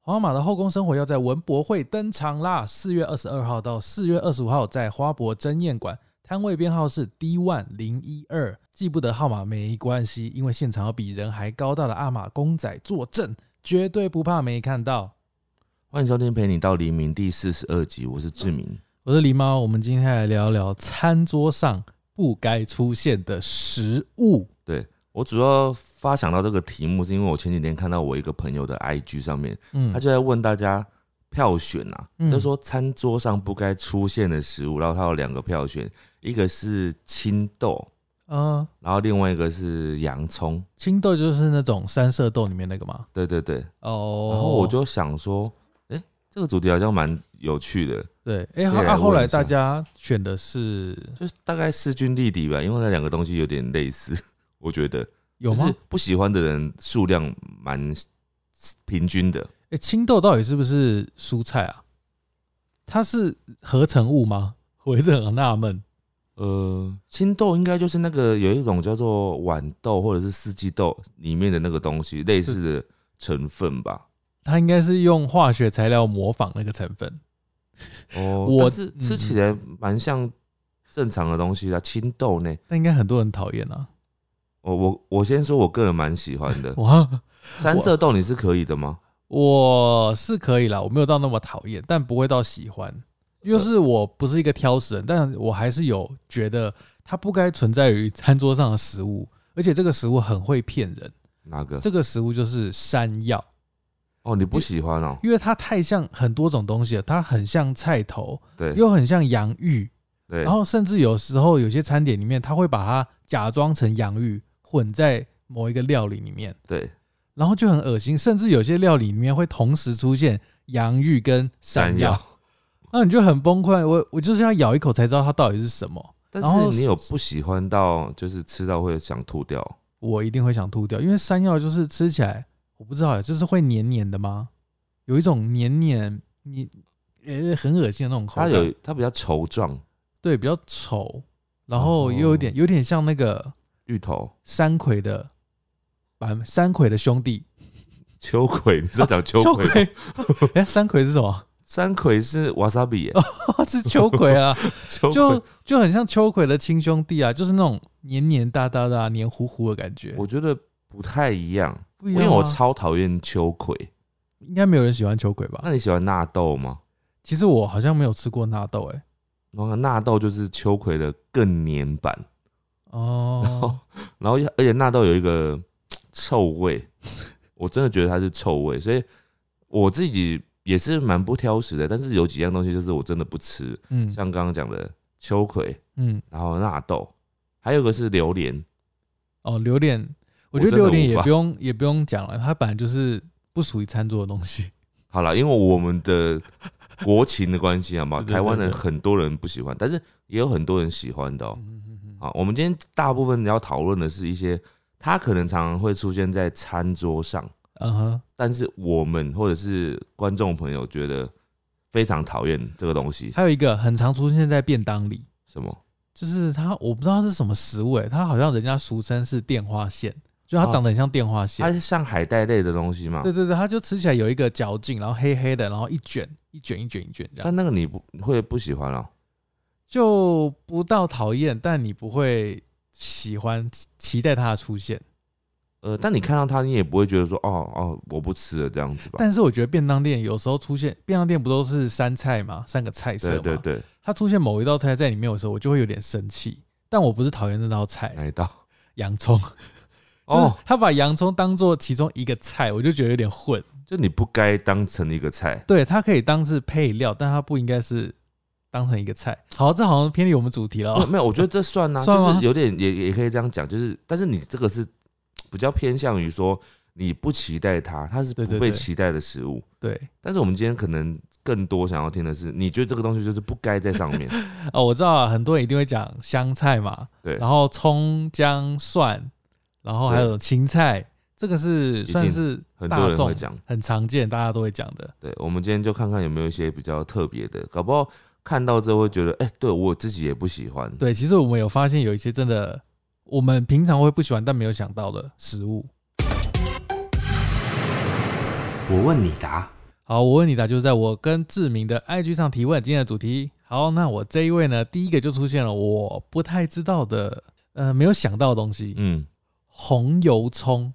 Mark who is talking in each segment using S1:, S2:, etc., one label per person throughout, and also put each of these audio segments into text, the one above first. S1: 皇阿玛的后宫生活要在文博会登场啦！四月二十二号到四月二十五号在花博争艳馆，摊位编号是 D one 零一二，记不得号码没关系，因为现场有比人还高大的阿玛公仔坐镇，绝对不怕没看到。
S2: 欢迎收听《陪你到黎明》第四十二集，我是志明。
S1: 我是狸猫，我们今天来聊聊餐桌上不该出现的食物。
S2: 我主要发想到这个题目，是因为我前几天看到我一个朋友的 IG 上面，
S1: 嗯
S2: 他就在问大家票选啊，
S1: 嗯
S2: 他说餐桌上不该出现的食物，然后他有两个票选，一个是青豆，
S1: 呃，
S2: 然后另外一个是洋葱。
S1: 青豆就是那种三色豆里面那个嘛。
S2: 对对对，
S1: 哦，
S2: 哦然后我就想说，哎、这个主题好像蛮有趣的，
S1: 对，哎、
S2: 可以
S1: 欸，
S2: 来
S1: 啊，后
S2: 问
S1: 来
S2: 一下
S1: 大家选的是
S2: 就是大概势均力敌吧，因为那两个东西有点类似，我觉得
S1: 有
S2: 就
S1: 吗？
S2: 是不喜欢的人数量蛮平均的。
S1: 哎、青豆到底是不是蔬菜啊？它是合成物吗？我一直很纳闷。
S2: 呃，青豆应该就是那个有一种叫做豌豆或者是四季豆里面的那个东西类似的成分吧。
S1: 它应该是用化学材料模仿那个成分，
S2: 哦，
S1: 我嗯
S2: 但是吃起来蛮像正常的东西啦，青豆呢。
S1: 但应该很多人讨厌啊。。
S2: 我我我先说，我个人蛮喜欢的
S1: 哇，
S2: 三色豆你是可以的吗？
S1: 我是可以啦，我没有到那么讨厌，但不会到喜欢。又是我不是一个挑食人，但我还是有觉得它不该存在于餐桌上的食物，而且这个食物很会骗人。
S2: 哪个？
S1: 这个食物就是山药，
S2: 哦，你不喜欢哦？
S1: 因为它太像很多种东西了，它很像菜头，
S2: 对
S1: 又很像洋芋，
S2: 对
S1: 然，后甚至有时候有些餐点里面，它会把它假装成洋芋混在某一个料理里面，
S2: 对，
S1: 然后就很恶心。甚至有些料理里面会同时出现洋芋跟山
S2: 山
S1: 药
S2: 药。。
S1: 那你就很崩溃。我我就是要咬一口才知道它到底是什么，
S2: 但
S1: 然后
S2: 是你有不喜欢到就是吃到会想吐掉？
S1: 我一定会想吐掉，因为山药就是吃起来我不知道耶，就是会黏黏的吗？有一种黏黏黏呃很恶心的那种口
S2: 它
S1: 感，
S2: 有它比较稠状，
S1: 对比较稠，然
S2: 哦
S1: 后又有点有点像那个
S2: 芋头、
S1: 山葵的版山葵的兄弟
S2: 秋葵，你是讲秋
S1: 哦秋
S2: 葵吗？
S1: 葵，哎、山葵是什 么？
S2: 山葵是 wasabi，耶、
S1: 是秋葵啊，
S2: 秋葵
S1: 哦就。就很像秋葵的亲兄弟啊，就是那种黏黏哒哒的、啊、黏糊糊的感觉，
S2: 我觉得不太一样，
S1: 不一
S2: 因
S1: 样啊
S2: 为我
S1: 吗
S2: 超讨厌秋葵。
S1: 应该没有人喜欢秋葵吧？
S2: 那你喜欢纳豆吗？
S1: 其实我好像没有吃过纳豆、欸，
S2: 然后纳豆就是秋葵的更黏版，
S1: 哦，
S2: 然后而且纳豆有一个臭 味，我真的觉得它是臭味，所以我自己也是蛮不挑食的，但是有几样东西就是我真的不吃，
S1: 嗯
S2: 像刚刚讲的秋葵，
S1: 嗯，
S2: 然后纳豆，还有一个是榴莲，
S1: 哦，榴莲，我
S2: 我
S1: 觉得
S2: 真的
S1: 榴莲也
S2: 无法
S1: 不用也不用讲了，它本来就是不属于餐桌的东 西，
S2: 好了，因为我们的国情的关系，好不好？
S1: 对对对
S2: 台湾人很多人不喜欢，但是也有很多人喜欢的哦、
S1: 嗯嗯嗯嗯
S2: 好，我们今天大部分要讨论的是一些它可能常常会出现在餐桌上，
S1: 嗯哼，
S2: 但是我们或者是观众朋友觉得非常讨厌这个东西。
S1: 还有一个很常出现在便当里，
S2: 什么？
S1: 就是它，我不知道它是什么食物、欸，它好像人家俗称是电话线，就它
S2: 哦
S1: 长得很像电话线，
S2: 它是像海带类的东西嘛？
S1: 对对对，它就吃起来有一个嚼劲，然后黑黑的，然后一卷一卷一卷一卷这样
S2: 但，那个你不会不喜欢哦、
S1: 就不到讨厌，但你不会喜欢期期待它的出现。
S2: 呃，但你看到它，你也不会觉得说，哦哦，我不吃了这样子吧？
S1: 但是我觉得便当店有时候出现，便当店不都是三菜嘛，三个菜色
S2: 对
S1: 嘛？
S2: 对对，
S1: 它出现某一道菜在里面的时候，我就会有点生气。但我不是讨厌那道菜，
S2: 哪一道？
S1: 洋葱。
S2: 哎哦
S1: 哦，，他把洋葱当做其中一个菜，我就觉得有点混。
S2: 就你不该当成一个菜。
S1: 对，它可以当是配料，但它不应该是当成一个菜。好，这好像偏离我们主题了
S2: 没有
S1: 哦。
S2: 没有，我觉得这算 呢、
S1: 算吗
S2: 就是有点也也可以这样讲，就是但是你这个是比较偏向于说你不期待它，它是
S1: 对
S2: 不
S1: 对
S2: 被
S1: 对
S2: 期待的食物。
S1: 对，
S2: 但是我们今天可能更多想要听的是，你觉得这个东西就是不该在上 面，
S1: 哦，我知道啊，很多人一定会讲香菜嘛，
S2: 对
S1: 然后葱姜蒜，然后还有芹菜，这个是
S2: 定
S1: 算是
S2: 很
S1: 大
S2: 多人会
S1: 众
S2: 讲。
S1: 很常见，大家都会讲的。
S2: 对，我们今天就看看有没有一些比较特别的，搞不好看到之后会觉得，哎、对我自己也不喜欢。
S1: 对，其实我们有发现有一些真的我们平常会不喜欢但没有想到的食物。
S3: 我问你答，
S1: 好，我问你的就是在我跟志明的 IG 上提问今天的主题。好，那我这一位呢，第一个就出现了我不太知道的，呃，没有想到的东西，
S2: 嗯，
S1: 红油葱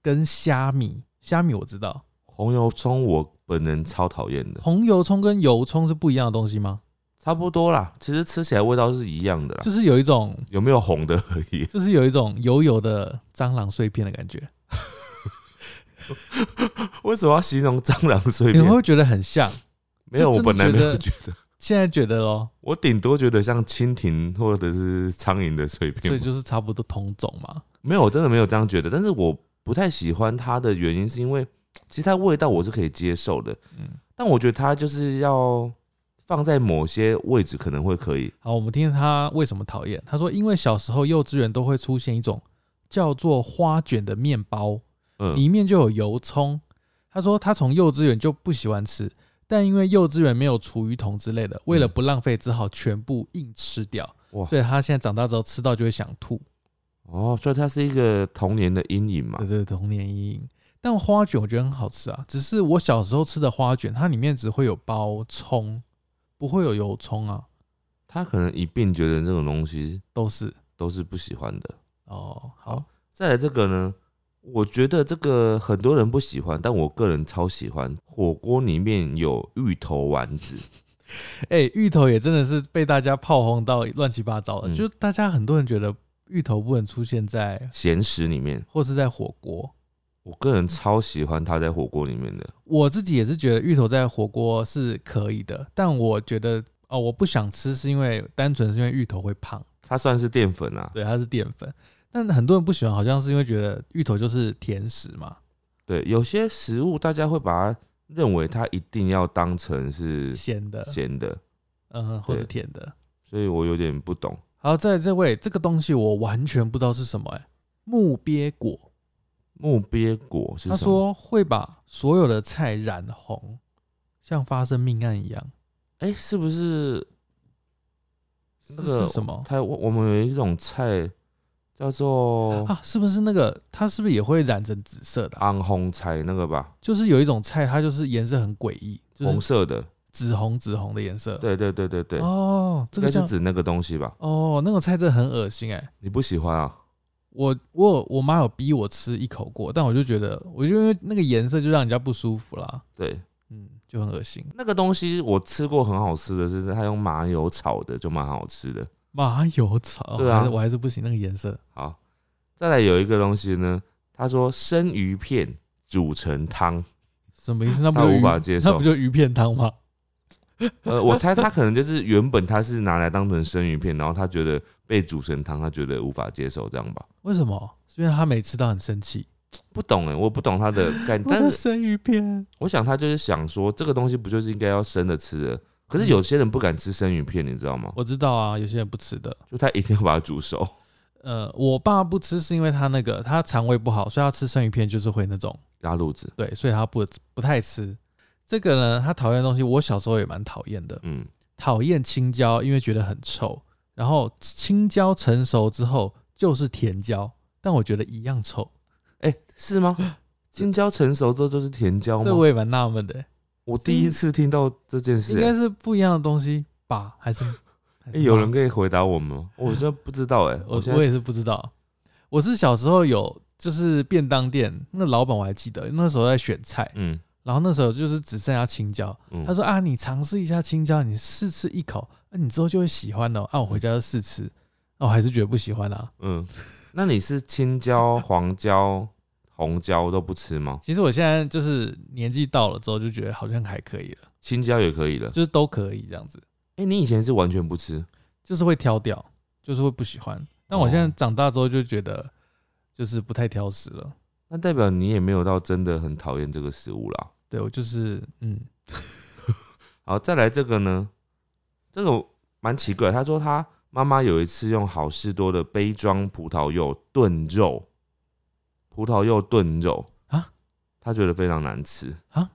S1: 跟虾米。虾米我知道，
S2: 红油葱我本人超讨厌的，
S1: 红油葱跟油葱是不一样的东西吗？
S2: 差不多啦，其实吃起来味道是一样的啦，
S1: 就是有一种，
S2: 有没有红的而已。
S1: 就是有一种油油的蟑螂碎片的感觉，
S2: 为什么要形容蟑螂碎
S1: 你会
S2: 片
S1: 不？会觉得很像？
S2: 没有，
S1: 就
S2: 我
S1: 真的
S2: 本来没
S1: 觉得
S2: 有觉得，
S1: 现在觉得咯，
S2: 我顶多觉得像蜻蜓或者是苍蝇的碎片
S1: 所
S2: 吧
S1: 以。就是差不多同种嘛。
S2: 没有，我真的没有这样觉得。但是我不太喜欢它的原因，是因为其实它味道我是可以接受的，
S1: 嗯，
S2: 但我觉得它就是要放在某些位置可能会可以。
S1: 好，我们听听他为什么讨厌。他说，因为小时候幼稚园都会出现一种叫做花卷的面包，
S2: 嗯，
S1: 里面就有油葱。他说他从幼稚园就不喜欢吃，但因为幼稚园没有厨余桶之类的，为了不浪费，只好全部硬吃掉。
S2: 哇
S1: 所以他现在长大之后吃到就会想吐，
S2: 哦，所以它是一个童年的阴影嘛
S1: 对。对，童年阴影。但花卷我觉得很好吃啊，只是我小时候吃的花卷，它里面只会有包葱，不会有油葱啊，
S2: 他可能一并觉得这种东西
S1: 都是
S2: 都是不喜欢的。
S1: 哦。好，
S2: 再来这个呢，我觉得这个很多人不喜欢，但我个人超喜欢。火锅里面有芋头丸子，
S1: 哎、芋头也真的是被大家炮轰到乱七八糟的，
S2: 嗯
S1: 就是大家很多人觉得芋头不能出现在
S2: 咸食里面，
S1: 或是在火锅，
S2: 我个人超喜欢它在火锅里面的。
S1: 我自己也是觉得芋头在火锅是可以的，但我觉得哦，我不想吃是因为单纯是因为芋头会胖，
S2: 它算是淀粉啊，
S1: 对，它是淀粉。但很多人不喜欢，好像是因为觉得芋头就是甜食嘛，
S2: 对，有些食物大家会把它认为它一定要当成是
S1: 咸的，
S2: 咸的，
S1: 嗯，或是
S2: 对
S1: 甜的。
S2: 所以我有点不懂。
S1: 好，在这位这个东西我完全不知道是什么、欸，木鳖果。
S2: 木鳖果是
S1: 他
S2: 什么？
S1: 说会把所有的菜染红，像发生命案一样。
S2: 哎、是不是
S1: 是
S2: 那个
S1: 是什么
S2: 它我我们有一种菜叫做
S1: 啊？是不是那个它是不是也会染成紫色的啊、
S2: 昂红菜那个吧？
S1: 就是有一种菜，它就是颜色很诡异，就
S2: 红
S1: 是
S2: 色的，
S1: 紫红紫红的颜色。
S2: 对对对对对，
S1: 哦，这
S2: 应
S1: 个
S2: 该
S1: 叫
S2: 是指那个东西吧？
S1: 哦，那个菜真的很恶心哎、
S2: 你不喜欢啊？
S1: 我我有我妈有逼我吃一口过，但我就觉得，我就因为那个颜色就让人家不舒服啦，
S2: 对，
S1: 嗯，就很恶心。
S2: 那个东西我吃过，很好吃的是它用麻油炒的，就蛮好吃的。
S1: 麻油草，
S2: 对啊
S1: 还是我还是不行那个颜色。
S2: 好，再来有一个东西呢，他说生鱼片煮成汤，
S1: 什么意思？那不
S2: 他
S1: 就
S2: 无
S1: 鱼
S2: 法接
S1: 那
S2: 受
S1: 不。就鱼片汤吗？啊
S2: 呃，我猜他可能就是原本他是拿来当成生鱼片，然后他觉得被煮成汤，他觉得无法接受，这样吧？
S1: 为什么？是因为他没吃到很生气。
S2: 不懂哎，我不懂他的概念，
S1: 我
S2: 但
S1: 的
S2: 是
S1: 生鱼片，
S2: 我想他就是想说，这个东西不就是应该要生的吃的？可是有些人不敢吃生鱼片，你知道吗？
S1: 我知道啊，有些人不吃的。
S2: 就他一定要把它煮熟。
S1: 呃，我爸不吃是因为他那个他肠胃不好，所以他吃生鱼片就是会那种
S2: 拉肚子，
S1: 对，所以他不不太吃。这个呢，他讨厌的东西，我小时候也蛮讨厌的，
S2: 嗯，
S1: 讨厌青椒，因为觉得很臭。然后青椒成熟之后就是甜椒，但我觉得一样臭。
S2: 哎、是 吗？青椒成熟之后就是甜椒
S1: 对，
S2: 吗
S1: 我？也蛮纳闷的，
S2: 我第一次听到这件事、
S1: 应该是不一样的东西吧？还 是、还是
S2: 欸、有
S1: 吗
S2: 人可以回答我们吗？我真的不 知道哎、
S1: 我
S2: 现
S1: 我
S2: 在
S1: 也是不知道，我是小时候有就是便当店那老板我还记得，那时候在选菜，
S2: 嗯
S1: 然后那时候就是只剩下青椒，
S2: 嗯，
S1: 他说啊，你尝试一下青椒，你试吃一口，啊、你之后就会喜欢哦。啊，我回家就试吃，啊，我还是觉得不喜欢啊。
S2: 嗯，那你是青椒、黄椒、红椒都不吃吗？
S1: 其实我现在就是年纪到了之后，就觉得好像还可以了，
S2: 青椒也可以的。
S1: 就是都可以这样子，
S2: 哎、你以前是完全不吃，
S1: 就是会挑掉，就是会不喜欢。但我现在
S2: 哦
S1: 长大之后就觉得，就是不太挑食了。
S2: 那代表你也没有到真的很讨厌这个食物啦。
S1: 对我就是嗯，
S2: 好，再来这个呢，这个蛮奇怪。他说他妈妈有一次用好事多的杯装葡萄柚炖肉，葡萄柚炖肉
S1: 啊，
S2: 他觉得非常难吃。
S1: 等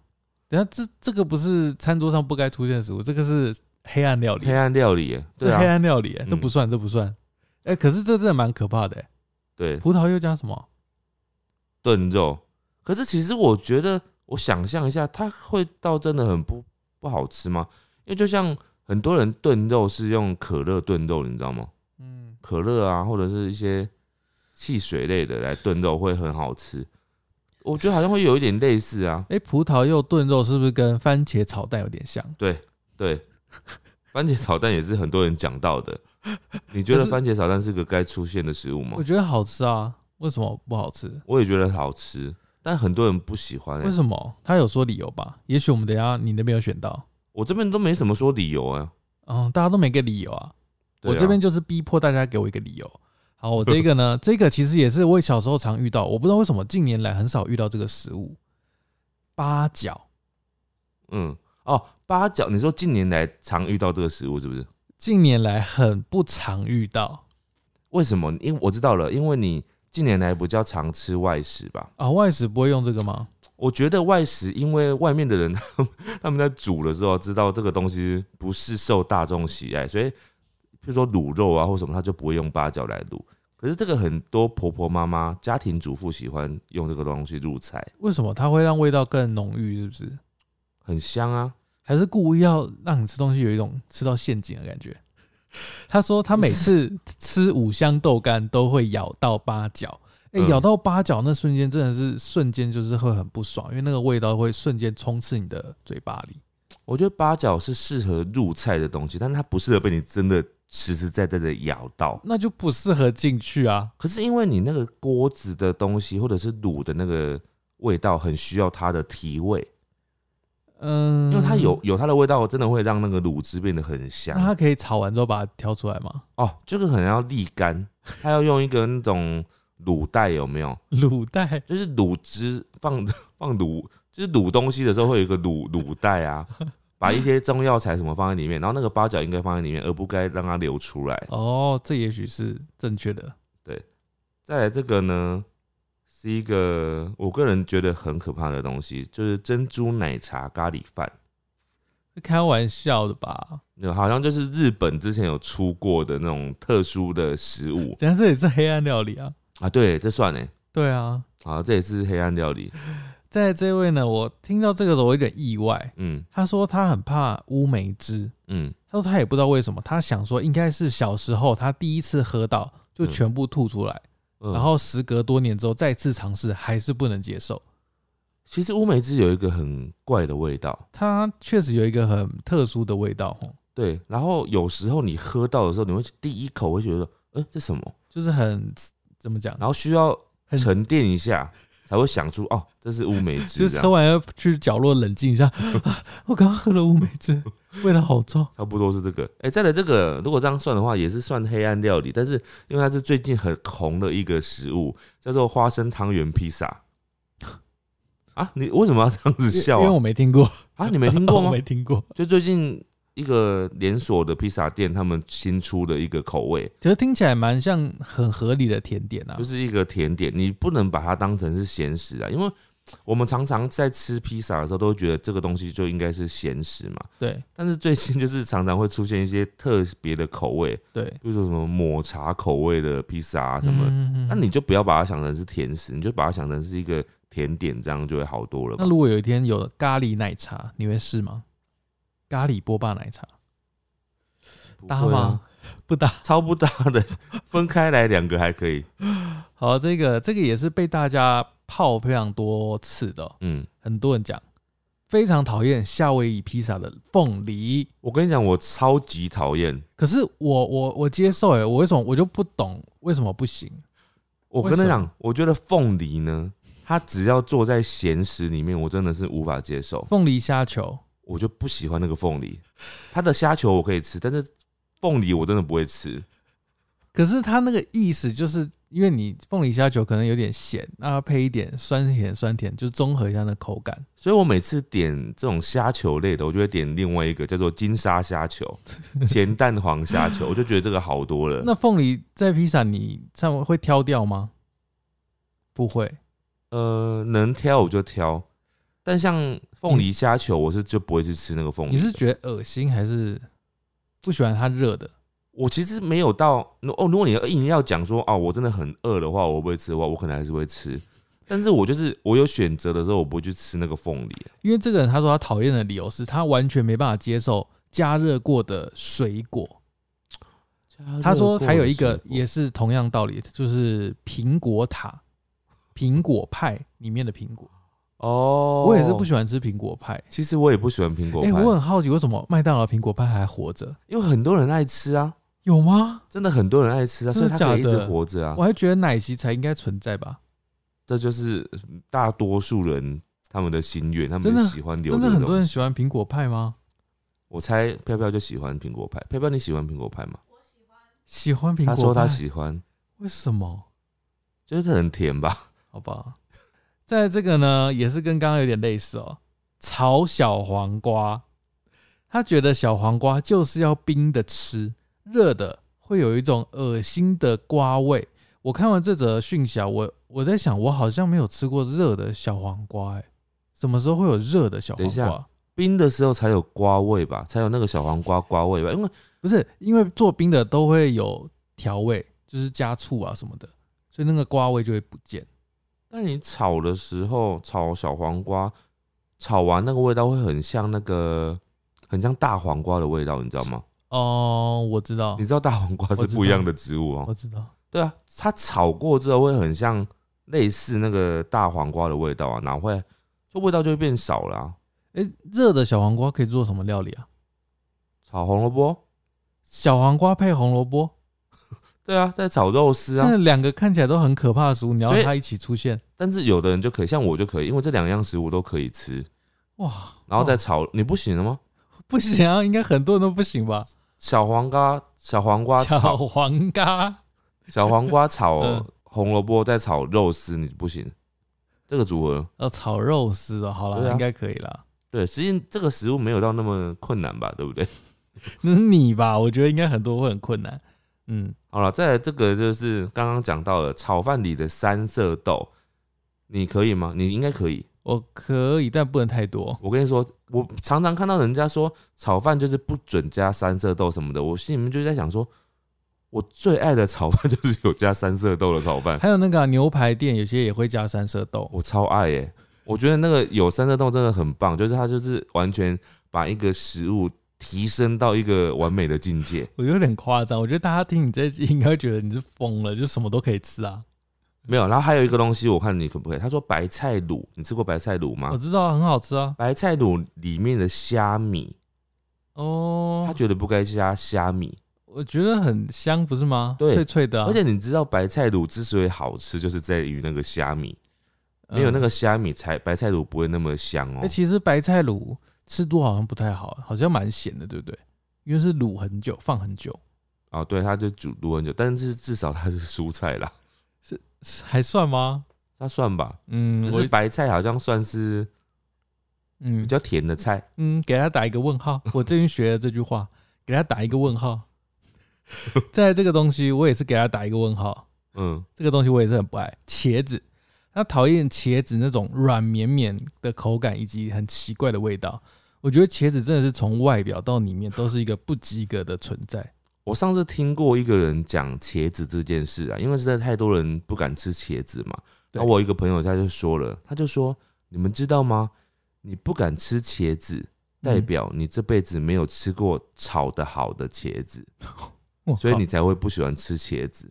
S1: 一下这这个不是餐桌上不该出现的食物，这个是黑暗料理，
S2: 黑暗料理耶，对
S1: 这黑
S2: 啊，
S1: 暗料理、这
S2: 嗯
S1: 不算，这不算。哎、可是这真的蛮可怕的、欸，
S2: 对，
S1: 葡萄又加什么？
S2: 炖肉。可是其实我觉得我想象一下，它会到真的很不不好吃吗？因为就像很多人炖肉是用可乐炖肉，你知道吗？
S1: 嗯，
S2: 可乐啊，或者是一些汽水类的来炖肉会很好吃。我觉得好像会有一点类似啊，
S1: 哎、葡萄柚炖肉是不是跟番茄炒蛋有点像？
S2: 对，番茄炒蛋也是很多人讲到的。你觉得
S1: 可是
S2: 番茄炒蛋是个该出现的食物吗
S1: 我？觉得好吃啊，为什么不好吃？
S2: 我也觉得好吃，但很多人不喜欢、
S1: 为
S2: 欸。
S1: 什么？他有说理由吧？也许我们等一下你那边有选到，
S2: 我这边都没什么说理由啊。
S1: 嗯，大家都没给理由啊。
S2: 对
S1: 我
S2: 啊
S1: 这边就是逼迫大家给我一个理由。好，我这个 呢，这个其实也是我小时候常遇到，我不知道为什么近年来很少遇到这个食物——八角。
S2: 嗯，哦，八角，你说近年来常遇到这个食物是不是？
S1: 近年来很不常遇到
S2: 为什么？因为我知道了，因为你近年来比较常吃外食吧。
S1: 啊，外食不会用这个吗？
S2: 我觉得外食，因为外面的人 他们他们在煮的时候知道这个东西不是受大众喜爱，所以譬如说卤肉啊或什么，他就不会用八角来卤。可是这个很多婆婆妈妈、家庭主妇喜欢用这个东西入菜，
S1: 为什么它会让味道更浓郁？是不是？
S2: 很香啊。
S1: 还是故意要让你吃东西有一种吃到陷阱的感觉？他说他每次吃五香豆干都会咬到八角，哎、
S2: 嗯
S1: 咬到八角那瞬间真的是瞬间就是会很不爽，因为那个味道会瞬间充斥你的嘴巴里。
S2: 我觉得八角是适合入菜的东西，但是它不适合被你真的实实在在的咬到。
S1: 那就不适合进去啊。
S2: 可是因为你那个锅子的东西，或者是卤的那个味道，很需要它的提味，
S1: 嗯，
S2: 因为它有，有它的味道，真的会让那个卤汁变得很
S1: 那
S2: 香。
S1: 它可以炒完之后把它挑出来吗？
S2: 哦，这个可能要沥干，它要用一个那种卤袋，有没有？
S1: 卤蛋
S2: 就是卤汁放放卤，就是卤东西的时候会有一个卤卤袋啊，把一些中药材什么放在里面，然后那个八角应该放在里面，而不该让它流出来。
S1: 哦，这也许是正确的。
S2: 再来这个呢，是一个我个人觉得很可怕的东西，就是珍珠奶茶咖喱饭。
S1: 开玩笑的吧？
S2: 那好像就是日本之前有出过的那种特殊的食物
S1: 等一下这也是黑暗料理啊。
S2: 啊，对，这算呢。
S1: 对啊，
S2: 好，这也是黑暗料理。
S1: 在这位呢，我听到这个时候我有点意外。
S2: 嗯
S1: 他说他很怕乌梅汁，
S2: 嗯，
S1: 他说他也不知道为什么，他想说应该是小时候他第一次喝到就全部吐出来，
S2: 嗯
S1: 然后时隔多年之后再次尝试还是不能接受。
S2: 其实乌梅汁有一个很怪的味道，
S1: 它确实有一个很特殊的味道，吼，
S2: 对。然后有时候你喝到的时候，你会第一口会觉得，呃，这什么？
S1: 就是很怎么讲，
S2: 然后需要
S1: 很
S2: 沉淀一下，才会想出哦，这是乌梅
S1: 就
S2: 汁，
S1: 是
S2: 这
S1: 喝
S2: 样
S1: 完要去角落冷静一下。 啊我刚刚喝了乌梅汁，味道好重。
S2: 差不多是这个。哎、再来这个，如果这样算的话，也是算黑暗料理，但是因为它是最近很红的一个食物，叫做花生汤圆披萨。啊，你为什么要这样子笑
S1: 因为
S2: 啊？
S1: 我没听过，
S2: 啊，你没听过
S1: 我
S2: 吗
S1: 没？听过。
S2: 就最近一个连锁的披萨店，他们新出的一个口味，
S1: 其实听起来蛮像很合理的甜点啊，
S2: 就是一个甜点，你不能把它当成是咸食啊，因为我们常常在吃披萨的时候，都会觉得这个东西就应该是咸食嘛。
S1: 对
S2: 但是最近 就是常常会出现一些特别的口味，
S1: 对，
S2: 比如说什么抹茶口味的披萨啊什么的，
S1: 嗯嗯嗯
S2: 那你就不要把它想成是甜食，你就把它想成是一个甜点，这样就会好多了吧
S1: 那。如果有一天有咖喱奶茶，你会试吗？咖喱波霸奶茶
S2: 不
S1: 搭
S2: 会啊
S1: 吗？？不搭。
S2: 超不搭的， 分开来两个还可以。
S1: 好，这个这个也是被大家泡非常多次的哦、
S2: 嗯，
S1: 很多人讲非常讨厌夏威夷披萨的凤梨。
S2: 我跟你讲，我超级讨厌。
S1: 可是我我我接受哎，我为什么我就不懂为什么不行？
S2: 我
S1: 为
S2: 跟你
S1: 什
S2: 讲，我觉得凤梨呢，它只要做在咸食里面，我真的是无法接受，
S1: 凤梨虾球，
S2: 我就不喜欢那个凤梨。它的虾球我可以吃，但是凤梨我真的不会吃。
S1: 可是它那个意思就是因为你凤梨虾球可能有点咸，那它配一点酸甜酸甜，就综合一下那口感。
S2: 所以我每次点这种虾球类的，我就会点另外一个叫做金沙虾球、咸蛋黄虾球，我就觉得这个好多了。
S1: 那凤梨在披萨你上面会挑掉吗？不会，
S2: 呃，能挑我就挑，但像凤梨虾球，我是就不会去吃那个凤梨的。
S1: 你是觉得恶心还是不喜欢它热的？
S2: 我其实没有啊到哦。如果你硬要讲说哦，我真的很饿的话，我不会吃的话，我可能还是会吃。但是我就是我有选择的时候，我不会去吃那个凤梨。啊
S1: 因为这个人他说他讨厌的理由是他完全没办法接受加热过的水果。他说还有一个也是同样道理，就是苹果塔、苹果派里面的苹果。
S2: 哦，
S1: 我也是不喜欢吃苹果派。
S2: 其实我也不喜欢苹果
S1: 哎、
S2: 派，
S1: 我很好奇为什么麦当劳苹果派还活着？
S2: 因为很多人爱吃啊，
S1: 有吗？
S2: 真的很多人爱吃啊，
S1: 真
S2: 所
S1: 的
S2: 以他可以一
S1: 假
S2: 直
S1: 的
S2: 活着啊
S1: 我。还觉得奶昔才应该存在吧，
S2: 这就是大多数人他们的心愿，他
S1: 真
S2: 们
S1: 的
S2: 喜欢留
S1: 真的
S2: 着这
S1: 很
S2: 种
S1: 多人喜欢苹果派吗？
S2: 我猜飘飘就喜欢苹果派，飘飘你喜欢苹果派吗？
S1: 喜欢苹果
S2: 他
S1: 派，
S2: 说他喜欢，
S1: 为什么？
S2: 就是很甜吧？
S1: 好吧，在这个呢，也是跟刚刚有点类似哦。炒小黄瓜，他觉得小黄瓜就是要冰的吃，热的会有一种恶心的瓜味。我看完这则讯息啊，我我在想，我好像没有吃过热的小黄瓜、欸，什么时候会有热的小黄
S2: 等一下
S1: 瓜？
S2: 冰的时候才有瓜味吧，才有那个小黄瓜瓜味吧？因为
S1: 不是，因为做冰的都会有调味，就是加醋啊什么的，所以那个瓜味就会不见。
S2: 但你炒的时候炒小黄瓜，炒完那个味道会很像那个，很像大黄瓜的味道，你知道吗？
S1: 哦，我知道
S2: 你，知道大黄瓜是
S1: 我知道
S2: 不一样的植物哦、
S1: 我知道。
S2: 对啊，它炒过之后会很像类似那个大黄瓜的味道啊，哪会？就味道就会变少了啊、
S1: 哎、热的小黄瓜可以做什么料理啊？
S2: 炒红萝卜，
S1: 小黄瓜配红萝卜，
S2: 对啊，在炒肉丝
S1: 这
S2: 啊。
S1: 两个看起来都很可怕的食物，你要
S2: 所以
S1: 它一起出现，
S2: 但是有的人就可以，像我就可以，因为这两样食物都可以吃，
S1: 哇！
S2: 然后再
S1: 哦
S2: 炒。你不行了吗？
S1: 不行啊，应该很多人都不行吧？
S2: 小黄瓜，小黄瓜
S1: 小
S2: 炒
S1: 黄瓜，
S2: 小黄瓜炒
S1: 嗯
S2: 红萝卜，再炒肉丝，你不行。这个组合，
S1: 呃，炒肉丝哦，好
S2: 对
S1: 了，
S2: 啊
S1: 应该可以啦。
S2: 对，实际这个食物没有到那么困难吧，对不对？
S1: 那是你吧，我觉得应该很多会很困难。嗯，
S2: 好了，再来这个就是刚刚讲到了炒饭里的三色豆，你可以吗？你应该可以。
S1: 我可以，但不能太多。
S2: 我跟你说，我常常看到人家说炒饭就是不准加三色豆什么的，我心里面就在想说，我最爱的炒饭 就是有加三色豆的炒饭，
S1: 还有那个啊、牛排店，有些也会加三色豆。
S2: 我超爱耶、我觉得那个有三色豆真的很棒，就是它就是完全把一个食物提升到一个完美的境界。
S1: 我觉得有点夸张，我觉得大家听你这一集应该会觉得你是疯了，就什么都可以吃啊。
S2: 没有，然后还有一个东西，我看你可不可以？他说白菜卤，你吃过白菜卤吗
S1: 我？知道啊很好吃啊。
S2: 白菜卤里面的虾米，
S1: 哦，
S2: 他觉得不该加虾米。
S1: 我觉得很香，不是吗？
S2: 对
S1: 脆脆的啊、
S2: 而且你知道白菜卤之所以好吃，就是在于那个虾米，没有那
S1: 哎
S2: 个虾米才白菜卤不会那么香
S1: 嗯。
S2: 哦
S1: 哎、。嗯其实白菜卤吃多好像不太好，好像蛮咸的，对不对？因为是卤很久，放很久，
S2: 哦，对，它就煮多很久，但是至少它是蔬菜啦，
S1: 是还算吗？
S2: 那算吧。
S1: 嗯，
S2: 只
S1: 我
S2: 是白菜好像算是比
S1: 嗯
S2: 较甜的菜，
S1: 嗯，给他打一个问 号。我最近学了这句话，给他打一个问号。在这个东西，我也是给他打一个问号。
S2: 嗯，
S1: 这个东西我也是很不爱，茄子。他讨厌茄子那种软绵绵的口感以及很奇怪的味道。我觉得茄子真的是从外表到里面都是一个不及格的存在。
S2: 我上次听过一个人讲茄子这件事啊，因为实在太多人不敢吃茄子嘛。
S1: 对
S2: 然后我一个朋友他就说了，他就说：“你们知道吗？你不敢吃茄子，代
S1: 嗯
S2: 表你这辈子没有吃过炒的好的茄子，
S1: 哦我
S2: 所以
S1: 靠
S2: 你才会不喜欢吃茄子。”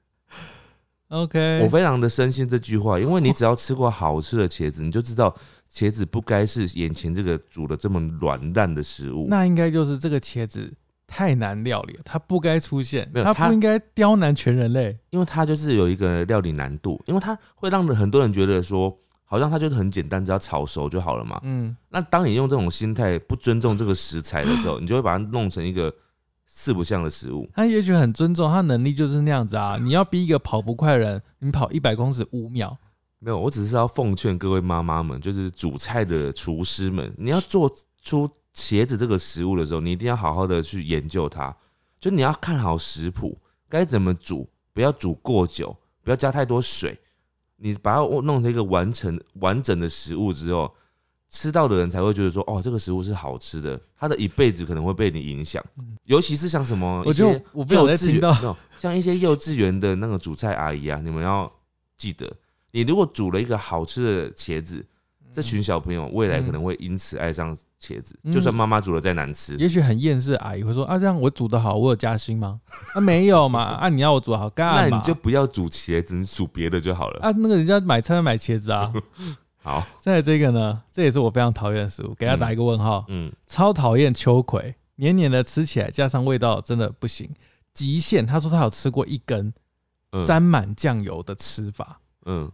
S1: OK，
S2: 我非常的深信这句话，因为你只要吃过好吃的茄子，你就知道茄子不该是眼前这个煮的这么软烂的食物。
S1: 那应该就是这个茄子太难料理了，它不该出现，
S2: 没有
S1: 它
S2: 它
S1: 不应该刁难全人类。
S2: 因为它就是有一个料理难度，因为它会让很多人觉得说，好像它就是很简单，只要炒熟就好了嘛。
S1: 嗯，
S2: 那当你用这种心态不尊重这个食材的时候，你就会把它弄成一个四不像的食物。
S1: 他也许很尊重，他能力就是那样子啊。你要逼一个跑不快的人，你跑一百公尺五秒，
S2: 没有，我只是要奉劝各位妈妈们，就是煮菜的厨师们，你要做出茄子这个食物的时候，你一定要好好的去研究它，就你要看好食谱，该怎么煮，不要煮过久，不要加太多水，你把它弄成一个完成完整的食物之后，吃到的人才会觉得说，哦，这个食物是好吃的，他的一辈子可能会被你影响，尤其是像什么哦一
S1: 嗯我
S2: 些
S1: 就我不想
S2: 幼
S1: 再
S2: 稚园
S1: 听到。
S2: 没有像一些幼稚园的那个主菜阿姨啊，你们要记得，你如果煮了一个好吃的茄子，这群小朋友未来可
S1: 嗯
S2: 能会因此爱上茄子，
S1: 嗯
S2: 就算妈妈煮的再难吃，
S1: 也许很厌世的阿姨会说啊，这样我煮的好，我有加薪吗？啊，没有嘛，啊，你要我煮得好
S2: 那
S1: 干嘛？
S2: 你就不要煮茄子，你煮别的就好了。
S1: 啊，那个人家买菜买茄子啊。
S2: 好，
S1: 再来这个呢，这也是我非常讨厌的食物，给他打一个问号。
S2: 嗯，
S1: 超讨厌秋葵，黏黏的，吃起来加上味道真的不行。极限，他说他有吃过一根
S2: 嗯
S1: 沾满酱油的吃法，
S2: 嗯，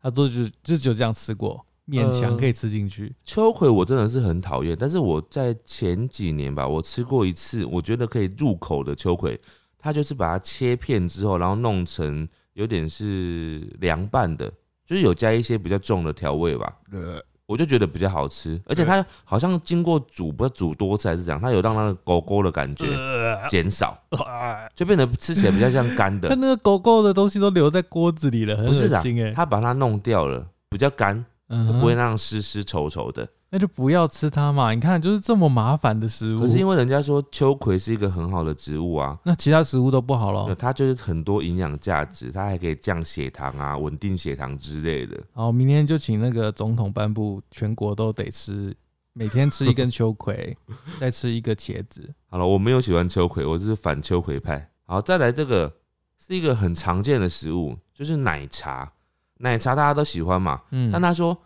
S1: 他都就就只有这样吃过，勉
S2: 呃
S1: 强可以吃进去。
S2: 秋葵我真的是很讨厌，但是我在前几年吧，我吃过一次，我觉得可以入口的秋葵，它就是把它切片之后，然后弄成有点是凉拌的，就是有加一些比较重的调味吧，我就觉得比较好吃，而且它好像经过煮，不知道煮多次还是怎样，它有让那个勾勾的感觉
S1: 呃
S2: 减少，
S1: 啊
S2: 就变得吃起来比较像干
S1: 他
S2: 的，
S1: 那个狗狗的东西都留在锅子里了，很
S2: 不是
S1: 恶
S2: 的
S1: 心哎、，欸。
S2: 它把它弄掉了，比较干，
S1: 嗯
S2: 它
S1: 哼
S2: 不会那样湿湿稠稠的。
S1: 那就不要吃它嘛。你看，就是这么麻烦的食物。
S2: 可是因为人家说秋葵是一个很好的植物啊，
S1: 那其他食物都不好
S2: 那
S1: 了。
S2: 它就是很多营养价值，它还可以降血糖啊、稳定血糖之类的。
S1: 好，明天就请那个总统颁布，全国都得吃，每天吃一根秋 葵，再吃一个茄子。
S2: 好了，我没有喜欢秋葵，我是反秋葵派。好，再来这个是一个很常见的食物，就是奶茶。奶茶大家都喜欢嘛，
S1: 嗯，
S2: 但他说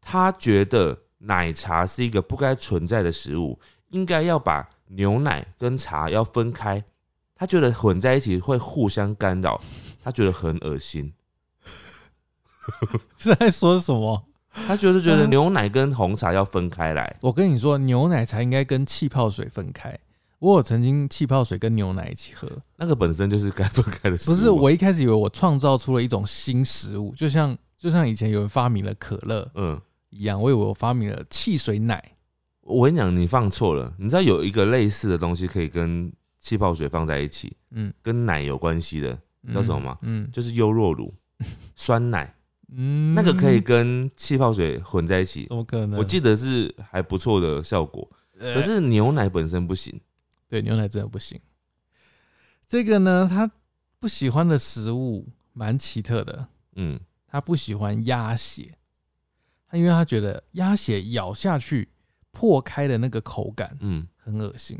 S2: 他觉得奶茶是一个不该存在的食物，应该要把牛奶跟茶要分开。他觉得混在一起会互相干扰，他觉得很恶心。
S1: 是在说什么？
S2: 他觉得觉
S1: 嗯
S2: 得牛奶跟红茶要分开来。
S1: 我跟你说，牛奶茶应该跟气泡水分开。我有曾经气泡水跟牛奶一起喝，
S2: 那个本身就是该分开的食物
S1: 不
S2: 啊。
S1: 是我一开始以为我创造出了一种新食物，就像就像以前有人发明了可乐
S2: 嗯，
S1: 一样，我以为我发明了汽水奶。
S2: 我跟你讲，你放错了。你知道有一个类似的东西可以跟气泡水放在一起，
S1: 嗯，
S2: 跟奶有关系的，
S1: 你
S2: 知道什么吗？
S1: 嗯
S2: 就是优酪乳、酸奶，
S1: 嗯，
S2: 那个可以跟气泡水混在一起。
S1: 怎么可能？
S2: 我记得是还不错的效果，
S1: 呃
S2: 可是牛奶本身不行。
S1: 对牛奶真的不行。这个呢，他不喜欢的食物蛮奇特的，
S2: 嗯，
S1: 他不喜欢鸭血，他因为他觉得鸭血咬下去破开的那个口感
S2: 嗯，
S1: 很恶心，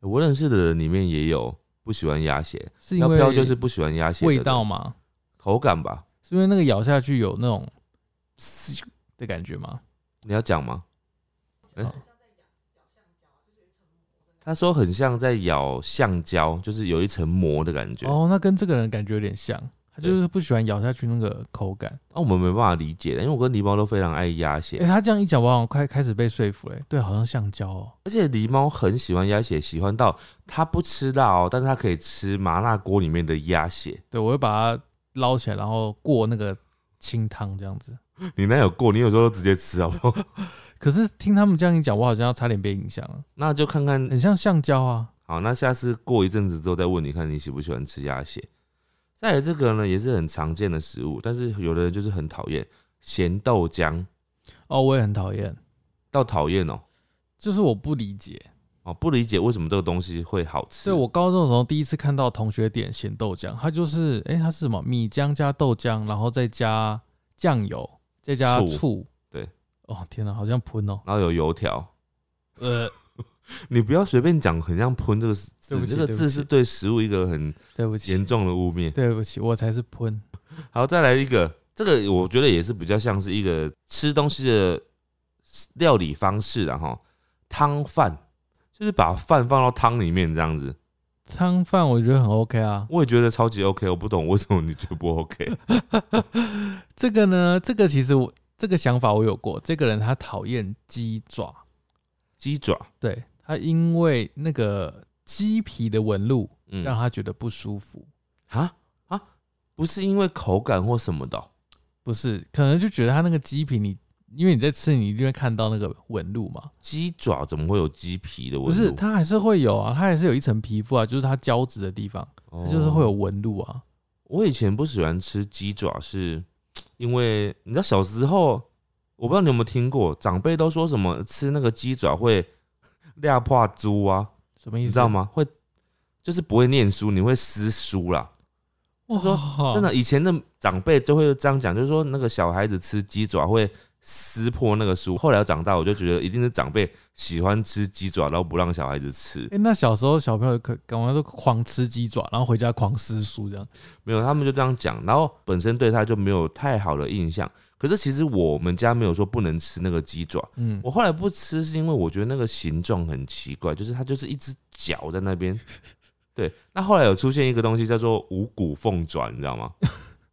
S2: 我认识的人里面也有不喜欢鸭血，
S1: 是因
S2: 要
S1: 为
S2: 飘就是不喜欢鸭血的
S1: 味
S2: 人
S1: 道嘛，
S2: 口感吧？
S1: 是因为那个咬下去有那种嘶的感觉吗？
S2: 你要讲吗？哎
S1: 哦
S2: 他说很像在咬橡胶，就是有一层膜的感觉。
S1: 哦，那跟这个人感觉有点像，他就是不喜欢咬下去那个口感。
S2: 啊那、我们没办法理解的，因为我跟狸猫都非常爱鸭血，
S1: 哎、他这样一讲，我好像快开始被说服了、对，好像橡胶哦。
S2: 而且狸猫很喜欢鸭血，喜欢到它不吃辣哦，但是它可以吃麻辣锅里面的鸭血。
S1: 对，我会把它捞起来，然后过那个清汤这样子。
S2: 你那有过？你有时候都直接吃好不好？
S1: 可是听他们这样一讲，我好像要差点被影响了，
S2: 那就看看
S1: 很像橡胶啊。
S2: 好，那下次过一阵子之后再问你看你喜不喜欢吃鸭血。再来这个呢，也是很常见的食物，但是有的人就是很讨厌咸豆浆，
S1: 哦，我也很讨厌，
S2: 到讨厌哦
S1: 就是我不理解。
S2: 哦，不理解为什么这个东西会好吃。
S1: 所以我高中的时候第一次看到同学点咸豆浆，它就是，诶，它是什么？米浆加豆浆，然后再加酱油，再加
S2: 醋
S1: 醋。
S2: 对。
S1: 哦，天哪，好像喷哦。
S2: 然后有油条，
S1: 呃，
S2: 你不要随便讲，很像喷这个字，
S1: 对不起
S2: 这个
S1: 对不
S2: 字
S1: 起
S2: 是对食物一个很
S1: 对不
S2: 严
S1: 起，
S2: 重的污蔑。
S1: 对不起，我才是喷。
S2: 好，再来一个，这个我觉得也是比较像是一个吃东西的料理方式然后汤饭就是把饭放到汤里面这样子。
S1: 汤饭我觉得很 OK 啊，
S2: 我也觉得超级 OK，我不懂为什么你觉得不 OK。
S1: 这个呢，这个其实我这个想法我有过。这个人他讨厌鸡爪，
S2: 鸡爪，
S1: 对他因为那个鸡皮的纹路
S2: 嗯，
S1: 让他觉得不舒服，
S2: 啊啊，不是因为口感或什么的哦、
S1: 不是，可能就觉得他那个鸡皮你。因为你在吃，你一定会看到那个纹路嘛。
S2: 鸡爪怎么会有鸡皮的纹
S1: 不
S2: 路？
S1: 是，它还是会有啊，它还是有一层皮肤啊，就是它胶质的地方，
S2: 哦
S1: 它就是会有。纹路啊。
S2: 我以前不喜欢吃鸡爪，是因为你知道小时候，我不知道你有没有听过，长辈都说什么吃那个鸡爪会 亮化猪啊，
S1: 什么意
S2: 你
S1: 思？
S2: 知道？吗？会就是不会念书，你会撕书啦。
S1: 哇，
S2: 真的，以前的长辈就会这样讲，就是说那个小孩子吃鸡爪会撕破那个书。后来长大，我就觉得一定是长辈喜欢吃鸡爪，然后不让小孩子吃
S1: 哎、。那小时候小朋友可感觉都狂吃鸡爪，然后回家狂撕书这样。
S2: 没有，他们就这样讲，然后本身对他就没有太好的印象。可是其实我们家没有说不能吃那个鸡爪，
S1: 嗯，
S2: 我后来不吃是因为我觉得那个形状很奇怪，就是它就是一只脚在 那边。对，那后来有出现一个东西叫做五谷凤爪，你知道吗？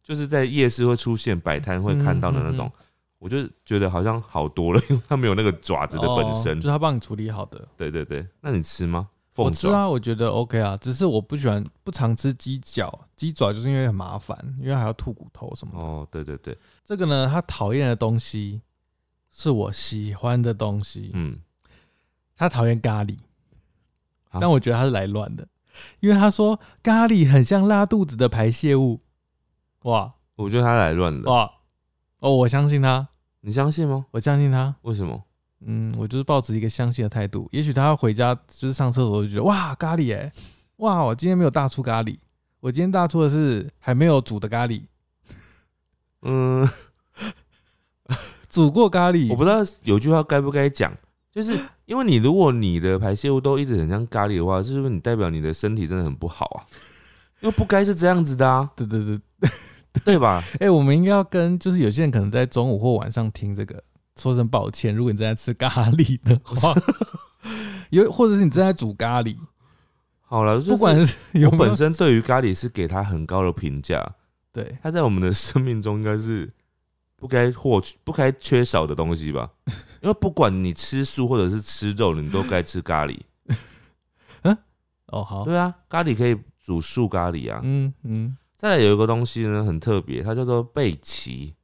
S2: 就是在夜市会出现摆摊会看到的那
S1: 嗯
S2: 种，
S1: 嗯
S2: 我就觉得好像好多了，因为它没有那个爪子的本身。
S1: 哦、就他帮你处理好的。
S2: 对对对，那你吃吗？
S1: 我
S2: 凤
S1: 吃
S2: 爪？
S1: 啊，我觉得 OK 啊，只是我不喜欢不常吃鸡脚，鸡爪就是因为很麻烦，因为还要吐骨头什么的。
S2: 哦，对对对，
S1: 这个呢，他讨厌的东西是我喜欢的东西。
S2: 嗯，
S1: 他讨厌咖喱，
S2: 啊
S1: 但我觉得他是来乱的，因为他说咖喱很像拉肚子的排泄物。哇
S2: 我觉得它来乱了，
S1: 哇哦，我相信他，
S2: 你相信吗？
S1: 我相信他。
S2: 为什么？
S1: 嗯，我就是抱持一个相信的态度。也许他回家就是上厕所就觉得哇咖喱哎、哇我今天没有大出咖喱，我今天大出的是还没有煮的咖喱，
S2: 嗯，
S1: 煮过咖喱，，
S2: 我不知道有句话该不该讲，就是因为你如果你的排泄物都一直很像咖喱的话，是不是你代表你的身体真的很不好啊？因为不该是这样子的啊
S1: 对对对，
S2: 对吧？
S1: 哎、我们应该要跟就是有些人可能在中午或晚上听这个，说声抱歉，如果你正在吃咖喱的话， 有或者是你正在煮咖喱，
S2: 好了，就是
S1: 不管是有
S2: 我
S1: 没有
S2: 本身对于咖喱是给他很高的评价，
S1: 对
S2: 它在我们的生命中应该是不该获取、不该缺少的东 西吧？因为不管你吃素或者是吃肉，你都该吃咖喱。
S1: 哦好，
S2: 对啊，咖喱可以煮素咖喱啊。
S1: 嗯嗯，
S2: 再来有一个东西呢，很特别，它叫做贝奇。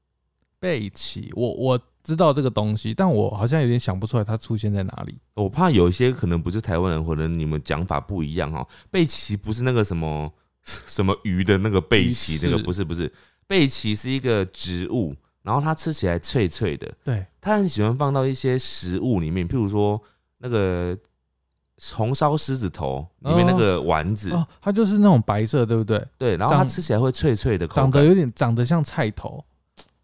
S1: 贝奇，我我知道这个东西，但我好像有点想不出来它出现在哪里。
S2: 我怕有一些可能不是台湾人，或者你们讲法不一样哦。贝奇不是那个什么 什么鱼的那个贝奇
S1: 鱼，翅
S2: 那个不是不是，贝奇是一个植物，然后它吃起来脆脆的，
S1: 对，
S2: 它很喜欢放到一些食物里面，譬如说那个红烧狮子头里面那个丸子，
S1: 哦，它就是那种白色，对不对？
S2: 对，然后它
S1: 长
S2: 吃起来会脆脆的口
S1: 长
S2: 感
S1: 得。有点长得像菜头，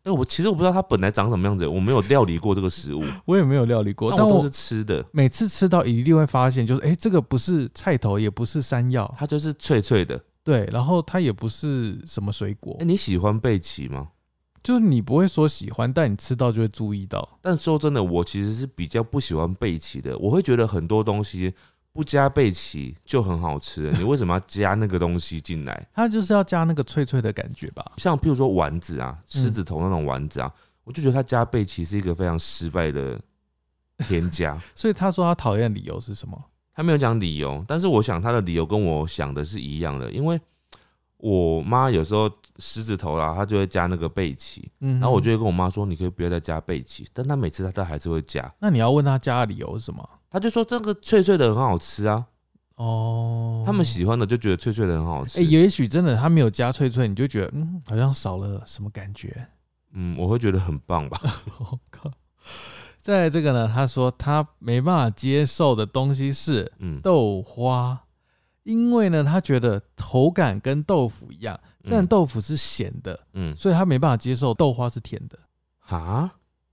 S2: 哎、我其实我不知道它本来长什么样子，我没有料理过这个食物，
S1: 我也没有料理过，
S2: 但
S1: 但
S2: 我都
S1: 我
S2: 是吃的，
S1: 每次吃到一定会发现，就是哎、诶这个不是菜头，也不是山药，
S2: 它就是脆脆的。
S1: 对，然后它也不是什么水果
S2: 哎、，你喜欢贝奇吗？
S1: 就是你不会说喜欢，但你吃到就会注意到。
S2: 但说真的，我其实是比较不喜欢贝奇的，我会觉得很多东西不加贝奇就很好吃了，你为什么要加那个东西进来？
S1: 它就是要加那个脆脆的感觉吧？
S2: 像譬如说丸子啊，狮子头那种丸子啊，我就觉得它加贝奇是一个非常失败的添加。
S1: 所以他说他讨厌的理由是什么？
S2: 他没有讲理由，但是我想他的理由跟我想的是一样的，因为我妈有时候狮子头啦，她就会加那个贝奇，
S1: 嗯哼，
S2: 然后我就会跟我妈说，你可以不要再加贝奇，但她每次她都还是会加，
S1: 那你要问他加的理由是什么？
S2: 她就说这个脆脆的很好吃啊。
S1: 哦，
S2: 他们喜欢的就觉得脆脆的很好吃。
S1: 哎、也许真的他没有加脆脆，你就觉得嗯，好像少了什么感觉。
S2: 嗯，我会觉得很棒 吧。
S1: 我靠！再来这个呢，他说他没办法接受的东西是
S2: 嗯，
S1: 豆花，因为呢，他觉得口感跟豆腐一样，但
S2: 嗯
S1: 豆腐是咸的，
S2: 嗯
S1: 所以他没办法接受豆花是甜的。
S2: 啊，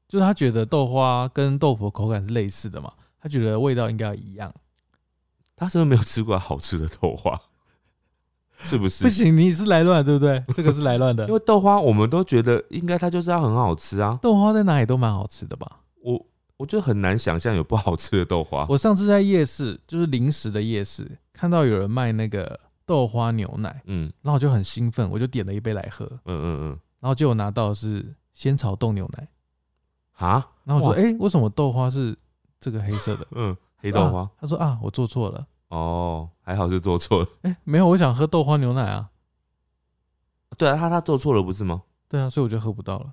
S1: 就是他觉得豆花跟豆腐的口感是类似的嘛，他觉得味道应该要一样。
S2: 他是不是没有吃过好吃的豆花？ 是不是
S1: 不？行，你是来乱的，对不对？这个是来乱的
S2: 因，为豆花我们都觉得应该它就是要很好吃啊。
S1: 豆花在哪里都蛮好吃的吧？
S2: 我我就很难想象有不好吃的豆花。
S1: 我上次在夜市，就是零食的夜市，看到有人卖那个豆花牛奶，
S2: 嗯
S1: 然后我就很兴奋，我就点了一杯来喝，
S2: 嗯嗯嗯，
S1: 然后结果拿到的是仙草冻牛奶，
S2: 啊，
S1: 然后我
S2: 哇
S1: 说，哎、为什么豆花是这个黑色的
S2: 嗯，黑豆花、
S1: 啊他说啊，我做错了，
S2: 哦，还好是做错了。
S1: 哎、没有，我想喝豆花牛奶啊，
S2: 对啊，他他做错了不是吗？
S1: 对啊，所以我就喝不到了，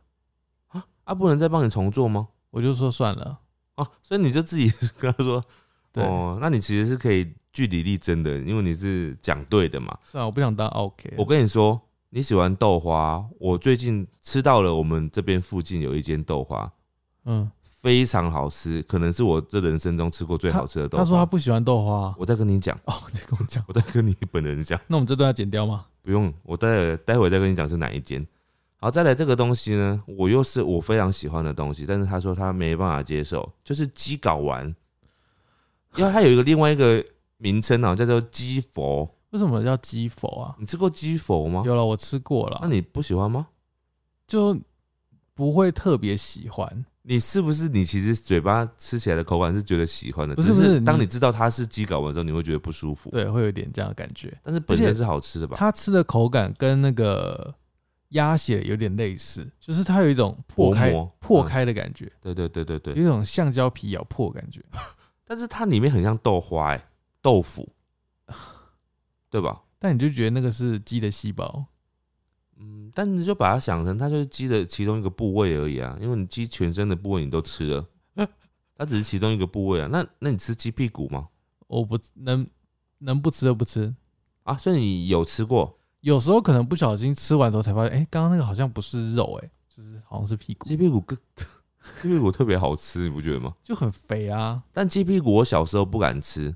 S2: 啊啊，不能再帮你重做吗？
S1: 我就说算了，
S2: 啊，所以你就自己跟他说，
S1: 对，
S2: 哦，那你其实是可以据理力争的，因为你是讲对的嘛。
S1: 算了，我不想当 OK，
S2: 我跟你说，你喜欢豆花，我最近吃到了我们这边附近有一间豆花，
S1: 嗯，
S2: 非常好吃，可能是我这人生中吃过最好吃的豆
S1: 他
S2: 花。
S1: 说他不喜欢豆花
S2: 我再跟你讲，
S1: 哦，你跟我讲，
S2: 我再跟你本人讲，
S1: 那我们这段要剪掉吗？
S2: 不用，我待会待会再跟你讲是哪一间。好，再来这个东西呢，我又是我非常喜欢的东西，但是他说他没办法接受，就是鸡睾丸，因为它有一个另外一个名称啊，叫做鸡佛。
S1: 为什么叫鸡佛啊？
S2: 你吃过鸡佛吗？
S1: 有了，我吃过了，
S2: 那啊你不喜欢吗？
S1: 就不会特别喜欢。
S2: 你是不是你其实嘴巴吃起来的口感是觉得喜欢的，
S1: 不是
S2: 只
S1: 不是
S2: 当
S1: 你
S2: 你知道它是鸡睾丸的时候，你会觉得不舒服。，
S1: 对，会有一点这样的感觉。
S2: 但是本
S1: 而
S2: 身
S1: 且
S2: 是好吃的吧？
S1: 它吃的口感跟那个鸭血有点类似，就是它有一种破开
S2: 薄膜
S1: 破开的感觉，
S2: 嗯对对对对嗯
S1: 有，
S2: 对
S1: 一种橡胶皮咬破的感觉。
S2: 但是它里面很像豆花哎、豆腐，对吧？
S1: 但你就觉得那个是鸡的细胞，
S2: 嗯，但你就把它想成它就是鸡的其中一个部位而已啊，因为你鸡全身的部位你都吃 了，它只是其中一个部位啊。那那你吃鸡屁股吗？
S1: 我不能能不吃就不吃。
S2: 啊，所以你有吃过
S1: 有时候可能不小心吃完之后才发现，哎、刚刚那个好像不是肉、哎，就是好像是屁股
S2: 鸡，屁股更 鸡屁股特别好吃，你不觉得吗？
S1: 就很肥啊。
S2: 但鸡屁股我小时候不敢吃，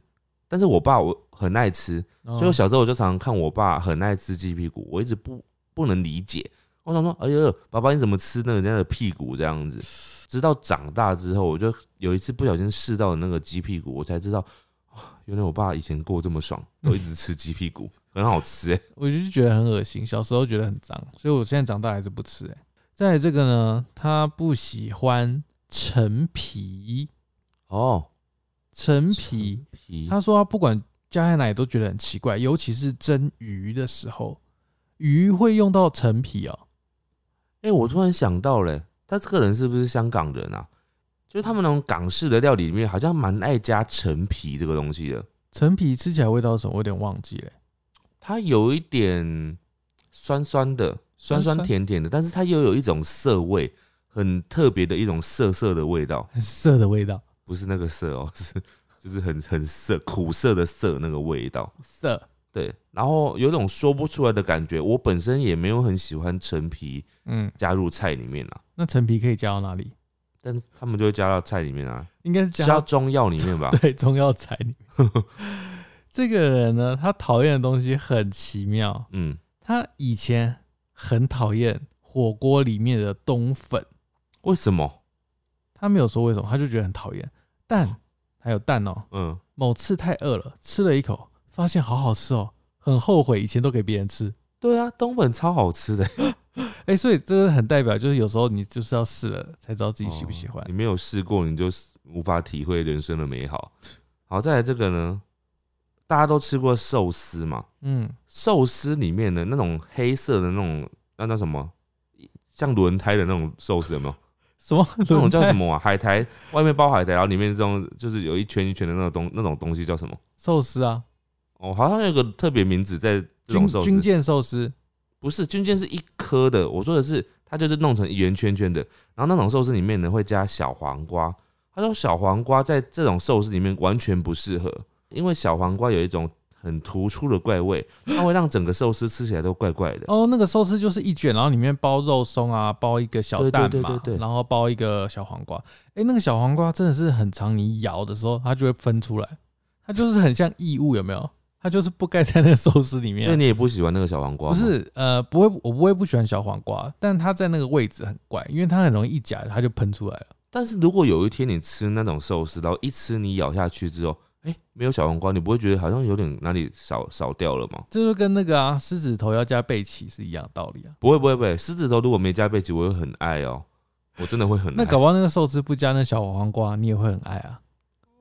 S2: 但是我爸我很爱吃，
S1: 所
S2: 所以我小时候我就常常看我爸很爱吃鸡屁股，我一直不不能理解。我想说，哎呦，爸爸你怎么吃那人家的屁股这样子？直到长大之后，我就有一次不小心试到那个鸡屁股，我才知道，啊，原来我爸以前过这么爽，都一直吃鸡屁股，很好吃哎、
S1: 我就是觉得很恶心，小时候觉得很脏，所以我现在长大还是不吃、欸。再来这个呢，他不喜欢陈皮，
S2: 哦，
S1: 陈皮，
S2: 皮
S1: 他说他不管加在哪里都觉得很奇怪，尤其是蒸鱼的时候，鱼会用到陈皮哦、
S2: 哎、我突然想到嘞、他这个人是不是香港人啊？就是他们那种港式的料理里面，好像蛮爱加陈皮这个东西的。
S1: 陈皮吃起来味道是什么？我有点忘记了欸、
S2: 它有一点酸酸的，酸酸甜甜的，但是它又有一种涩味，很特别的一种涩涩的味道，
S1: 很涩的味道，
S2: 不是那个涩哦， 是就是很很涩苦涩的涩那个味道。
S1: 涩，
S2: 对，然后有种说不出来的感觉。我本身也没有很喜欢陈皮
S1: 嗯，
S2: 加入菜里面啊，
S1: 那陈皮可以加到哪里？
S2: 但是他们就会加到菜里面啊，
S1: 应该是
S2: 加
S1: 加
S2: 到
S1: 到？
S2: 中药里面吧
S1: 对中药材里面。 这个人呢，他讨厌的东西很奇妙，
S2: 嗯，
S1: 他以前很讨厌火锅里面的冬粉，
S2: 为什么？
S1: 他没有说为什么，他就觉得很讨厌。蛋还有蛋哦，
S2: 嗯，
S1: 某次太饿了，吃了一口，发现好好吃哦，很后悔以前都给别人吃。
S2: 对啊，东本超好吃的、
S1: 哎、所以这个很代表，就是有时候你就是要试了才知道 自己喜不喜欢
S2: 哦。你没有试过，你就是无法体会人生的美好。好，再来这个呢，大家都吃过寿司嘛？
S1: 嗯，
S2: 寿司里面的那种黑色的那种，那叫什么？像轮胎的那种寿司 有没有？
S1: 什么
S2: 那种叫什
S1: 么
S2: 么啊？海苔外面包海苔，然后里面这种就是有一圈一圈的那种东那种东西叫什么？
S1: 寿司啊？
S2: 哦，好像有个特别名字在这
S1: 军
S2: 种寿
S1: 军
S2: 司，
S1: 舰寿司，
S2: 不是军舰是一颗的，我说的是它就是弄成圆圈圈的，然后那种寿司里面呢会加小黄瓜。他说小黄瓜在这种寿司里面完全不适合，因为小黄瓜有一种很突出的怪味，它会让整个寿司吃起来都怪怪的。
S1: 哦，那个寿司就是一卷，然后里面包肉松啊，包一个小蛋嘛，
S2: 对对对对对
S1: 然后包一个小黄瓜。哎、那个小黄瓜真的是很长，你咬的时候它就会分出来，它就是很像异物，有没有？它就是不该在那个寿司里
S2: 所以
S1: 面。啊
S2: 你也不喜欢那个小黄瓜
S1: 不
S2: 吗？
S1: 是，呃，不会，我不会不喜欢小黄瓜，但它在那个位置很怪，因为它很容易一夹它就喷出来了。
S2: 但是如果有一天你吃那种寿司，然后一吃你咬下去之后，哎、没有小黄瓜，你不会觉得好像有点哪里少少掉了吗？
S1: 这就跟那个啊，狮子头要加贝奇是一样的道理啊。
S2: 不会不会不会，狮子头如果没加贝奇，我会很爱哦、我真的会很爱。
S1: 那搞不好那个寿司不加那小黄瓜，你也会很爱啊。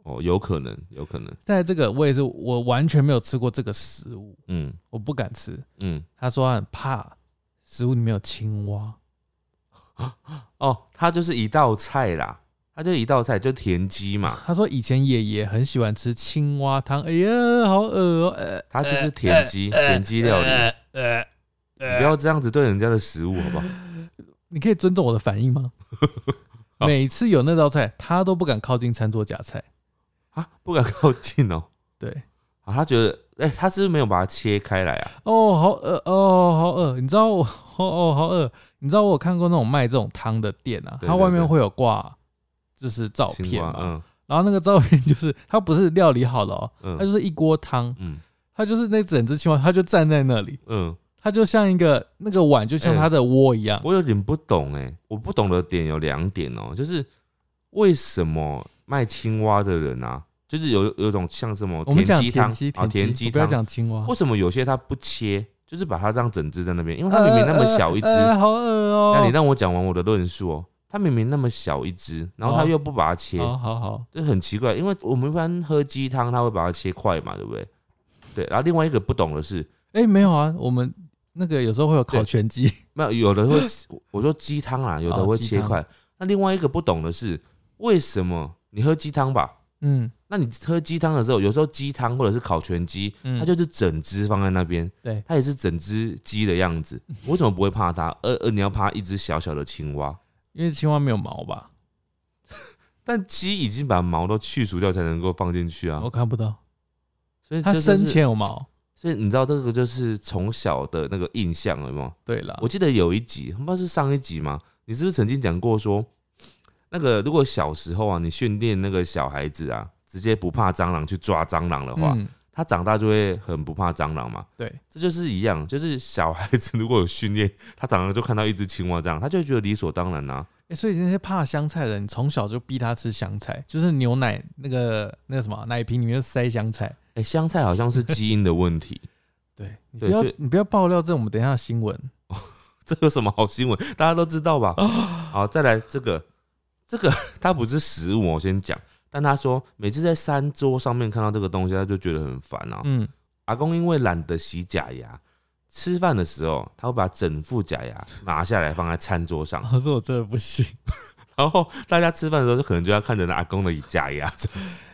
S2: 哦，有可能，有可能，
S1: 在这个我也是，我完全没有吃过这个食物，
S2: 嗯
S1: 我不敢吃。
S2: 嗯。
S1: 他说他很怕食物里面有青蛙，
S2: 哦，它就是一道菜啦，它就一道菜，就田鸡嘛，
S1: 他说以前爷爷很喜欢吃青蛙汤，哎呀，好恶哦、呃，
S2: 它就是田鸡，田鸡料理。
S1: 呃，
S2: 你不要这样子对人家的食物，好不好？
S1: 你可以尊重我的反应吗？
S2: 好
S1: 每次有那道菜，他都不敢靠近餐桌夹菜。
S2: 啊，不敢靠近哦。
S1: 对，
S2: 啊，他觉得，哎、他是不是没有把它切开来啊？
S1: 哦，好恶，哦，好恶，你知道我，哦哦，好恶，你知道我有看过那种卖这种汤的店啊，
S2: 对
S1: 它外
S2: 对
S1: 面
S2: 对
S1: 会有挂就是照
S2: 青
S1: 片
S2: 蛙
S1: 嘛，
S2: 嗯
S1: 然后那个照片就是它不是料理好了哦，它
S2: 嗯
S1: 就是一锅汤，
S2: 嗯
S1: 它就是那整只青蛙，它就站在那里，
S2: 嗯，
S1: 它就像一个那个碗，就像
S2: 哎
S1: 它的窝一样。
S2: 我有点不懂哎、我不懂的点有两点哦、就是为什么卖青蛙的人啊，就是有有种像什么
S1: 我们讲
S2: 鸡汤
S1: 田鸡，
S2: 啊，
S1: 田
S2: 田鸡
S1: 我不要
S2: 汤，
S1: 讲青蛙
S2: 为。什么有些他不切，就是把它这样整只在那边，因为它明明那么小一只，
S1: 呃呃呃好恶哦。
S2: 那你让我讲完我的论述哦、它明明那么小一只，然后他
S1: 哦
S2: 又不把它切，
S1: 好好好，
S2: 这很奇怪，因为我们一般喝鸡汤，他会把它切块嘛，对不对？对，然后另外一个不懂的是，
S1: 哎、没有啊，我们那个有时候会有烤
S2: 对
S1: 全鸡，
S2: 没有有的会， 我说鸡汤啊，有的
S1: 哦
S2: 会
S1: 鸡
S2: 切
S1: 汤
S2: 块。那另外一个不懂的是，为什么你喝鸡汤吧？
S1: 嗯
S2: 那你喝鸡汤的时候，有时候鸡汤或者是烤全鸡，
S1: 嗯，
S2: 它就是整只放在那边，
S1: 对
S2: 它也是整只鸡的样 子。我为什么不会怕它？而而你要怕一只小小的青蛙，
S1: 因为青蛙没有毛吧，
S2: 但鸡已经把毛都去除掉才能够放进去啊
S1: 我。看不到，
S2: 所以
S1: 哦它
S2: 这就
S1: 生
S2: 是
S1: 前有毛。
S2: 所以你知道这个就是从小的那个印象了吗？
S1: 对了，
S2: 我记得有一集，不知道是上一集吗？你是不是曾经讲过说，那个如果小时候啊，你训练那个小孩子啊，直接不怕蟑螂去抓蟑螂的话，
S1: 嗯，
S2: 他长大就会很不怕蟑螂嘛？
S1: 对，
S2: 这就是一样，就是小孩子如果有训练，他长大就看到一只青蛙这样，他就会觉得理所当然啊。
S1: 欸所以那些怕香菜的人，从小就逼他吃香菜，就是牛奶那个那个什么奶瓶里面塞香菜。
S2: 哎、香菜好像是基因的问 题，
S1: 对你不
S2: 对
S1: 要
S2: 所以
S1: 你不要爆料这我们等一下的新闻。
S2: 这有什么好新闻？大家都知 道吧？好，再来这个，这个 它不是食物，我先讲。但他说每次在餐桌上面看到这个东西，他就觉得很烦啊。
S1: 嗯，
S2: 阿公因为懒得洗假牙，吃饭的时候他会把整副假牙拿下来放在餐桌上，
S1: 可是我真的不行。
S2: 然后大家吃饭的时候就可能就要看着那阿公的假牙，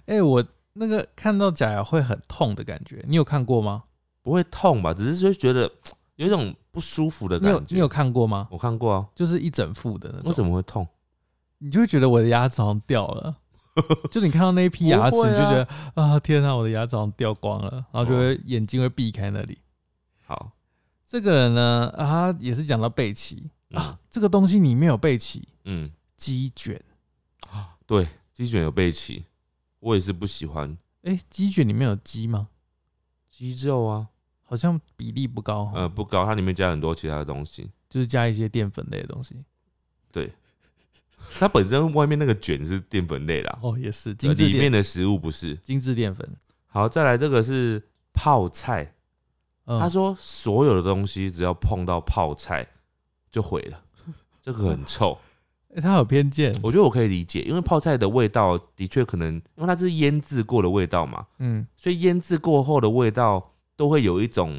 S1: 哎、我那个看到假牙会很痛的感觉，你有看过吗？
S2: 不会痛吧？只是就觉得嘖有一种不舒服的
S1: 你有
S2: 感觉。
S1: 你有看过吗？
S2: 我看过啊，
S1: 就是一整副的那
S2: 为
S1: 种，
S2: 什么会痛？
S1: 你就会觉得我的牙齿好像掉了。 就你看到那一批牙齿，
S2: 不
S1: 你
S2: 会
S1: 就
S2: 啊
S1: 觉得啊，天啊，我的牙齿好像掉光了，然后就
S2: 哦
S1: 会眼睛会避开那里。啊
S2: 好，
S1: 这个人呢，啊，他也是讲到背鳍
S2: 嗯
S1: 啊，这个东西里面有背鳍，
S2: 嗯，
S1: 鸡卷，
S2: 对，鸡卷有背鳍，我也是不喜欢
S1: 哎、鸡卷里面有鸡吗？
S2: 鸡肉啊。
S1: 好像比例不高哦，
S2: 呃，不高，它里面加很多其他的东西。
S1: 就是加一些淀粉类的东西。
S2: 它本身外面那个卷是淀粉类啦，
S1: 哦，也是
S2: 呃
S1: 精致
S2: 里
S1: 淀
S2: 面的食物不是。
S1: 精致淀粉。
S2: 好，再来这个是泡菜。
S1: 嗯，
S2: 他说所有的东西只要碰到泡菜就毁了，这个很臭。
S1: 诶他有偏见，
S2: 我觉得我可以理解，因为泡菜的味道的确可能，因为它是腌制过的味道嘛，
S1: 嗯
S2: 所以腌制过后的味道都会有一种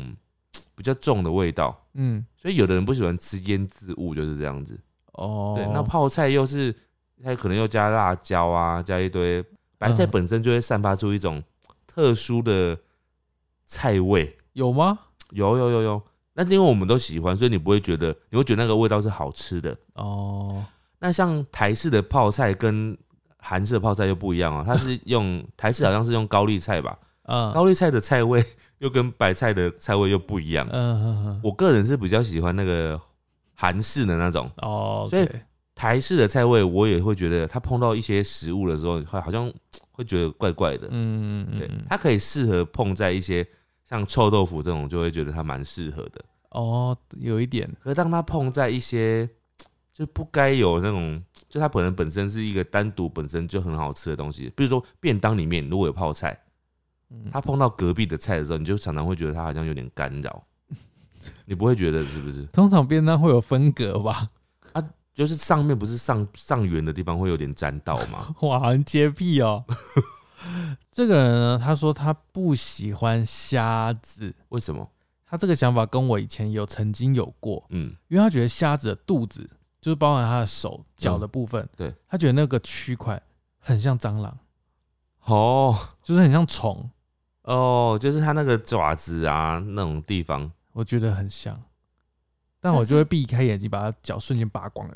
S2: 嘖比较重的味道。
S1: 嗯，
S2: 所以有的人不喜欢吃腌制物，就是这样子。
S1: 哦，
S2: 对，那泡菜又是它可能又加辣椒啊，加一堆白菜
S1: 嗯
S2: 本身就会散发出一种特殊的菜味，
S1: 有吗？
S2: 有有有有。那是因为我们都喜欢，所以你不会觉得，你会觉得那个味道是好吃的。
S1: 哦，
S2: 那像台式的泡菜跟韩式的泡菜又不一样哦，它是用台式好像是用高丽菜吧，
S1: 嗯
S2: 高丽菜的菜味又跟白菜的菜味又不一样
S1: 嗯。嗯嗯，
S2: 我个人是比较喜欢那个韩式的那种，
S1: 哦，
S2: 所以
S1: OK
S2: 台式的菜味，我也会觉得它碰到一些食物的时候，会好像会觉得怪怪的。
S1: 嗯嗯
S2: 对
S1: 嗯，，嗯
S2: 它可以适合碰在一些像臭豆腐这种，就会觉得它蛮适合的。
S1: 哦，有一点，
S2: 可是当它碰在一些就不该有那种，就它本人本身是一个单独本身就很好吃的东西，比如说便当里面如果有泡菜，
S1: 嗯
S2: 它碰到隔壁的菜的时候，你就常常会觉得它好像有点干扰， 你不会觉得是不是？
S1: 通常便当会有分隔吧？
S2: 就是上面不是上上缘的地方会有点沾到吗？
S1: 哇，很洁癖哦。 这个人呢，他说他不喜欢虾子，
S2: 为什么？
S1: 他这个想法跟我以前有曾经有过，
S2: 嗯，
S1: 因为他觉得虾子的肚子，就是包含他的手脚的部分，
S2: 对
S1: 他觉得那个区块很像蟑螂，
S2: 哦，
S1: 就是很像虫，
S2: 哦，就是它那个爪子啊那种地方，
S1: 我觉得很像，但
S2: 但
S1: 我
S2: 是
S1: 就会避开眼睛，把它脚瞬间拔光了。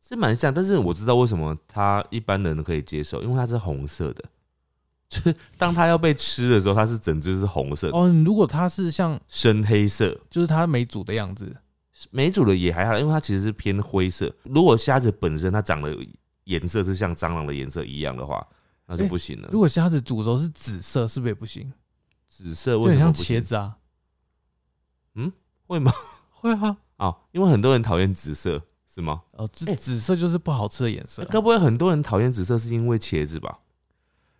S2: 是蛮像，但是我知道为什么它一般人可以接受，因为它是红色的， 就是当它要被吃的时候，它是整只是红色的，
S1: 哦，如果它是像，
S2: 深黑色。
S1: 就是它没煮的样子，
S2: 美主的也还好，因为它其实是偏灰色。如果虾子本身它长得颜色是像蟑螂的颜色一样的话，那就不行了。
S1: 如果虾子煮熟是紫色，是不是也不行？
S2: 紫色
S1: 就
S2: 为
S1: 很
S2: 什
S1: 像
S2: 么不行
S1: 茄？子啊，
S2: 会吗？
S1: 嗯会啊。
S2: 哦，因为很多人讨厌紫色，是吗？
S1: 哦，紫
S2: 哎
S1: 紫色就是啊不好吃的颜色
S2: 那。该不会很多人讨厌紫色是因为茄子吧？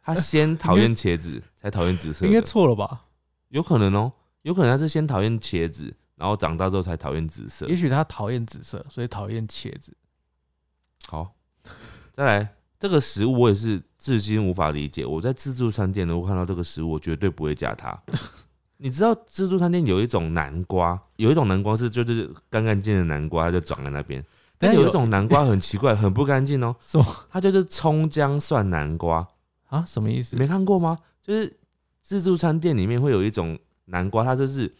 S2: 他 先讨厌茄子，才讨厌紫色
S1: 应该
S2: 的，
S1: 错了吧？
S2: 有可能哦、有可能他是先讨厌茄子，然后长大之后才讨厌紫色
S1: 也。许他讨厌紫色，所以讨厌茄子。
S2: 好，再来这个食物我也是至今无法理解。我在自助餐店能够看到这个食物，我绝对不会加 它。你知道自助餐店有一种南瓜，有一种南瓜是就是干干净净的南瓜，它就长在那边。但有一种南瓜很奇怪，很不干净哦，
S1: 什么
S2: 它就是葱姜蒜南瓜，
S1: 啊？什么意思
S2: 你？没看过吗？就是自助餐店里面会有一种南瓜，它就是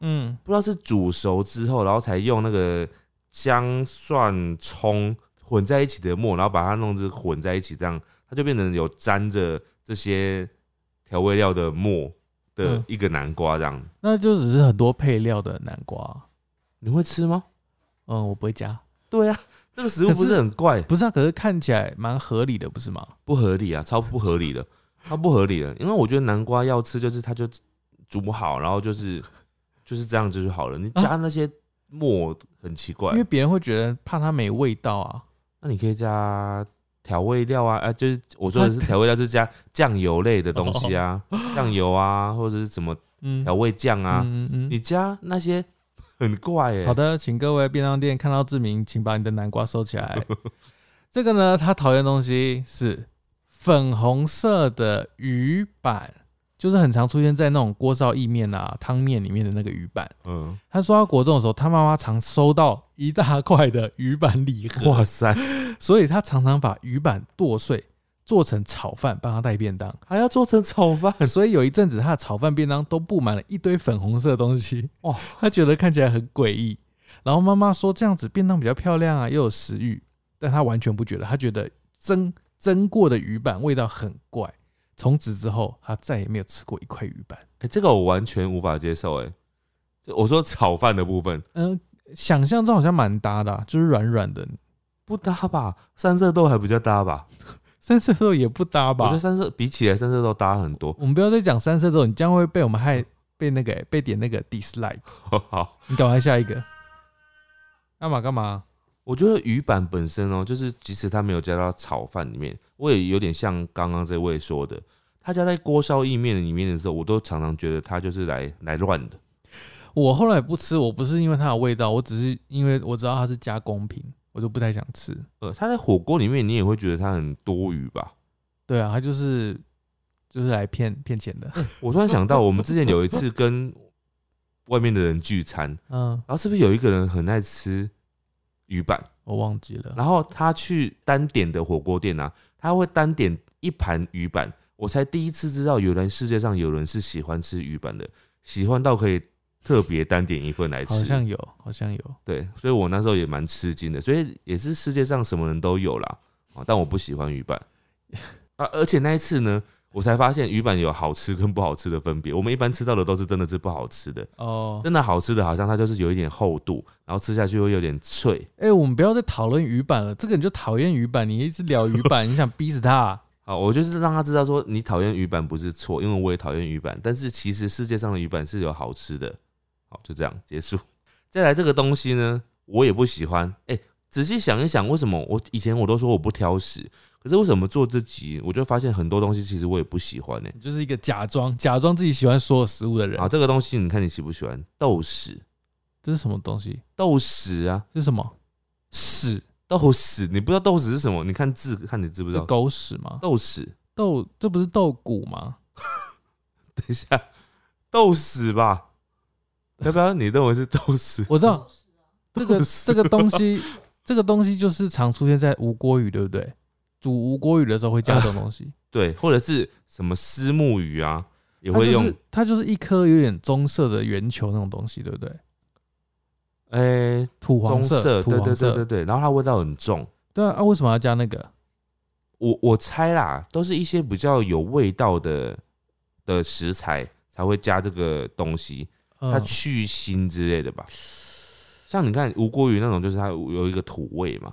S1: 嗯，
S2: 不知道是煮熟之后，然后才用那个姜、蒜、葱混在一起的末，然后把它弄成混在一起，这样它就变成有沾着这些调味料的末的
S1: 嗯
S2: 一个南瓜这样。
S1: 那就只是很多配料的南瓜。啊
S2: 你会吃吗？
S1: 嗯，我不会加。
S2: 对啊， 这个食物不
S1: 可
S2: 是
S1: 是
S2: 很怪，
S1: 不是啊，可是看起来蛮合理的，不是吗？
S2: 不合理啊，超不合理的，超不合理的。因为我觉得南瓜要吃就是它就煮好，然后就是就是这样就是好了。你加那些末很奇怪，
S1: 因为别人会觉得怕它没味道啊。
S2: 那你可以加调味料啊，啊，就是我说的是调味料，就是加酱油类的东西啊，酱油啊，或者是什么
S1: 嗯，
S2: 调味酱啊，
S1: 哦嗯嗯
S2: 你加那些很怪哎、
S1: 好，的，请各位便当店看到志明，请把你的南瓜收起来。 这个呢，他讨厌的东西是粉红色的鱼板，就是很常出现在那种锅烧意面啊、汤面里面的那个鱼板。
S2: 嗯，
S1: 他说他国中的时候，他妈妈常收到一大块的鱼板礼盒，
S2: 哇塞，
S1: 所以他常常把鱼板剁碎，做成炒饭帮他带便当。
S2: 还要做成炒饭，
S1: 所以有一阵子他的炒饭便当都布满了一堆粉红色的东西，
S2: 哇
S1: 哇， 他觉得看起来很诡异。然后妈妈说这样子便当比较漂亮啊，又有食欲，但他完全不觉得，他觉得蒸蒸过的鱼板味道很怪。从此之后，他再也没有吃过一块鱼板。
S2: 哎、这个我完全无法接受哎、就我说炒饭的部分
S1: 嗯、想象中好像蛮搭的啊、就是软软的，
S2: 不搭吧，三色豆还比较搭吧，
S1: 三色豆也不搭
S2: 我觉
S1: 吧
S2: 得？三色比起来三色豆搭很多。
S1: 我们不要再讲三色豆，你将会被我们害被那个、被点那个 dislike。
S2: 好，
S1: 你赶快下一个，干嘛干嘛？
S2: 我觉得鱼板本身哦、就是即使它没有加到炒饭里面，我也有点像刚刚这位说的，他加在锅烧意面里面的时候，我都常常觉得他就是来来乱的。
S1: 我后来不吃，我不是因为它的味道，我只是因为我知道它是加工品，我就不太想吃。
S2: 呃，他在火锅里面，你也会觉得他很多余吧？
S1: 对啊，它就是就是来骗骗钱的。
S2: 我突然想到，我们之前有一次跟外面的人聚餐，
S1: 嗯，
S2: 然后是不是有一个人很爱吃鱼板？
S1: 我忘记了。
S2: 然后他去单点的火锅店啊，他会单点一盘鱼板。我才第一次知道，有人世界上有人是喜欢吃鱼板的，喜欢到可以特别单点一份来
S1: 好像
S2: 吃。
S1: 有，好像有。
S2: 对，所以我那时候也蛮吃惊的，所以也是世界上什么人都有啦啊，但我不喜欢 鱼板啊。而且那一次呢，我才发现鱼板有好吃跟不好吃的分别。我们一般吃到的都是真的是不好吃的，
S1: 哦，
S2: 真的好吃的好像它就是有一点厚度，然后吃下去会有点脆。
S1: 哎、我们不要再讨论鱼板了。这个你就讨厌鱼板，你一直聊鱼 板，你想逼死他啊、
S2: 好，我就是让他知道说，你讨厌鱼板不是错，因为我也讨厌鱼板，但是其实世界上的鱼板是有好吃的。好，就这样结束。再来这个东西呢，我也不喜欢。哎、仔细想一想，为什么我以前我都说我不挑食，可是为什么做这集，我就发现很多东西其实我也不喜欢呢、
S1: 你就是一个假装假装自己喜欢所有食物的人
S2: 好，。这个东西你看你喜不喜欢？豆豉，
S1: 这是什么东西？
S2: 豆豉啊，
S1: 这是什么屎？
S2: 豆豉，你不知道豆豉是什么？你看字，看你知不知
S1: 是
S2: 道？
S1: 狗屎吗？
S2: 豆豉，
S1: 豆，这不是豆骨吗？
S2: 等一下，豆豉吧？要不要？你认为是豆豉？
S1: 我知 道，这个
S2: 豆豉
S1: 这个东西，这个东西就是常出现在无锅鱼，对不对？煮无锅鱼的时候会加这种东西，
S2: 对，或者是什么丝木鱼啊， 也
S1: 也
S2: 会用。
S1: 它就是一颗有点棕色的圆球那种东西，对不对？
S2: 哎、
S1: 土
S2: 棕
S1: 黄
S2: 色，
S1: 土
S2: 对对
S1: 黄
S2: 对对
S1: 色，
S2: 对，然后它味道很重。
S1: 对啊，啊为什么要加那个？
S2: 我我猜啦，都是一些比较有味道的的食材才会加这个东西，它
S1: 嗯，
S2: 去腥之类的吧。像你看吴锅鱼那种，就是它有一个土味嘛。